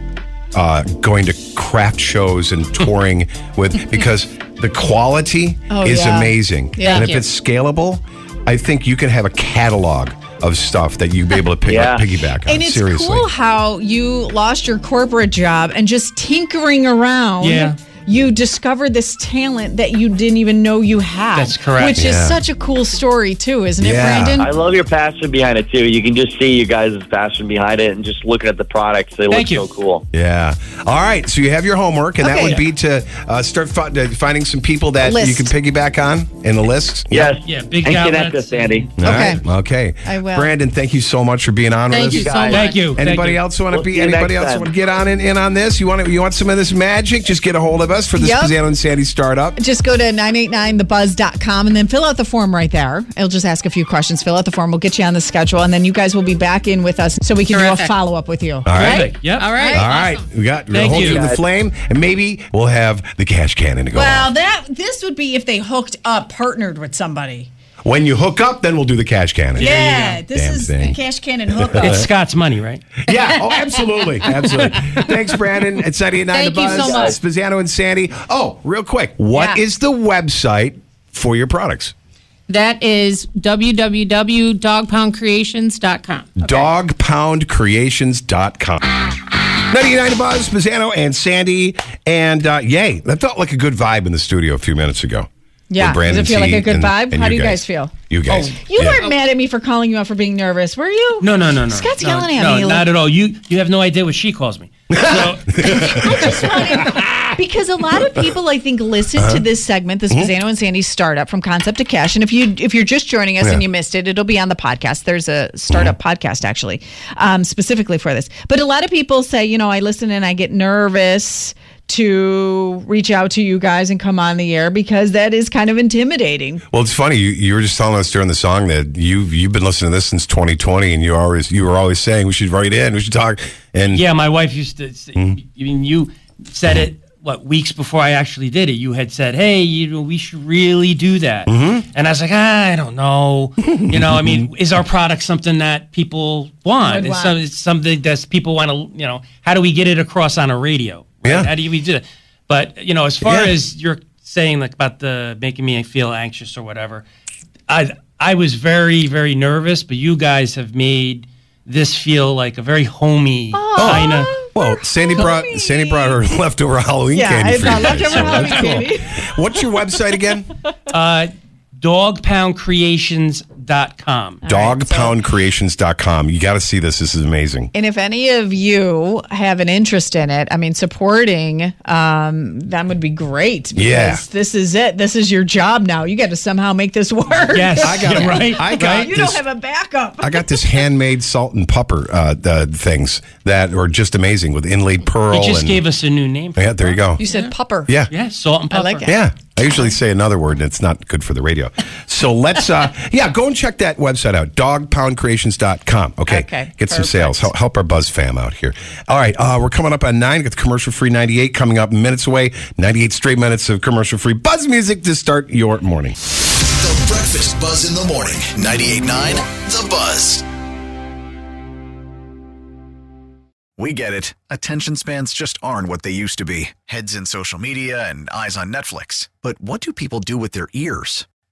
uh, going to craft shows and touring with because the quality
Oh,
is
yeah.
amazing.
Yeah.
and if
Thank you.
it's scalable, I think you can have a catalog of stuff that you'd be able to pick
Yeah.
piggyback on.
and it's
Seriously.
cool how you lost your corporate job and just tinkering around.
Yeah.
You discovered this talent that you didn't even know you had.
That's correct.
Which
Yeah.
is such a cool story, too, isn't it, Brandon?
I love your passion behind it too. You can just see you guys' passion behind it, and just looking at the products, they
Thank
look so cool.
Yeah. All right. So you have your homework, and that
Okay.
would be to uh, start fi- to finding some people that
List.
you can piggyback on in the list.
Yes. Yeah, big And connect outlets. us, Andy.
All
Okay.
right. Okay.
I will.
Brandon, thank you so much for being on
Thank
with
you
us.
so Guys. much. Thank you. Thank
Anybody
you.
else want to
We'll
be?
see you next
Anybody else
time.
want to get on in, in on this? You want to, you want some of this magic? Just get a hold of us for this
Yep.
Pizzano and Sandy startup.
Just go to 989thebuzz.com and then fill out the form right there. It'll just ask a few questions. Fill out the form. We'll get you on the schedule. And then you guys will be back in with us so we can do a
Terrific.
follow up with you. All
right.
Yep.
All right.
All right. We got we're
Thank
holding
you.
the flame, and maybe we'll have the cash cannon to go.
Well, that this would be if they hooked up, partnered with somebody.
off. When you hook up, then we'll do the cash cannon.
Yeah, this
Damn
is
thing.
the cash cannon hookup.
It's
Scott's money, right?
Yeah. Oh, absolutely. Absolutely. Thanks, Brandon. It's 989 The
Thank you
Buzz.
so much.
Spazzano and Sandy. Oh, real quick. what
Yeah.
is the website for your products?
That is www.dogpoundcreations.com.
Dogpoundcreations.com. 99 The Buzz, Spazzano and Sandy. And uh, yay, that felt like a good vibe in the studio a few minutes ago.
Yeah.
With Brandon
Does it feel like
T
a good
and-
vibe?
and
How do you guys feel? Oh.
You guys.
You
Yeah.
weren't mad at me for calling you out for being nervous, were you?
No, no, no, no.
Scott's
no,
yelling at
no,
me.
No,
like-
not at all. You you have no idea what she calls me.
because a lot of people I think listen
Uh-huh.
to this segment, this
Mm-hmm.
Pizzano and Sandy startup from concept to cash. And if you if you're just joining us
Yeah.
and you missed it, it'll be on the podcast. There's a startup
Mm-hmm.
podcast actually, um, specifically for this. But a lot of people say, you know, I listen and I get nervous to reach out to you guys and come on the air because that is kind of intimidating.
Well, it's funny. You, you were just telling us during the song that you you've been listening to this since 2020, and you always you were always saying we should write in, we should talk. And
Yeah, my wife used to. Say,
Mhm.
I mean, you said it what weeks before I actually did it. You had said, "Hey, you know, we should really do that,"
Mm-hmm.
and I was like, ah, "I don't know." you know, I mean, is our product something that people want?
Would
It's,
want.
some, it's something that people want to. You know, how do we get it across on a radio? right?
Yeah.
How do we do that? But you know, as far
Yeah.
as you're saying, like about the making me feel anxious or whatever, I I was very very nervous, but you guys have made this feel like a very homey kind of.
Well, Sandy brought Sandy brought her leftover Halloween
Yeah,
candy
I
for you
brought
guys,
leftover
so that's
Halloween
cool. What's your website again?
Uh, dogpoundcreations.com.
Dogpoundcreations.com. You got to see this. This is amazing.
And if any of you have an interest in it, I mean, supporting um, them would be great. Because
Yeah.
This is it. This is your job now. You got to somehow make this work.
Yes. I got it. Right, I got
You
this.
don't have a backup.
I got this handmade salt and pepper uh, the things that are just amazing with inlaid pearl.
They just
and,
gave us a new name.
Yeah, there you go.
You said pupper.
Yeah.
Yeah, salt and
I
pepper.
like it.
Yeah. I usually say another word and it's not good for the radio. So let's, uh, yeah, go and check that website out, dogpoundcreations.com. Okay.
Okay,
Get some sales. Help, help our Buzz fam out here. All right. Uh, we're coming up on nine. Got the commercial free 98 coming up minutes away. 98 straight minutes of commercial free Buzz music to start your morning.
The Breakfast Buzz in the morning. 98.9 The Buzz.
We get it. Attention spans just aren't what they used to be heads in social media and eyes on Netflix. But what do people do with their ears?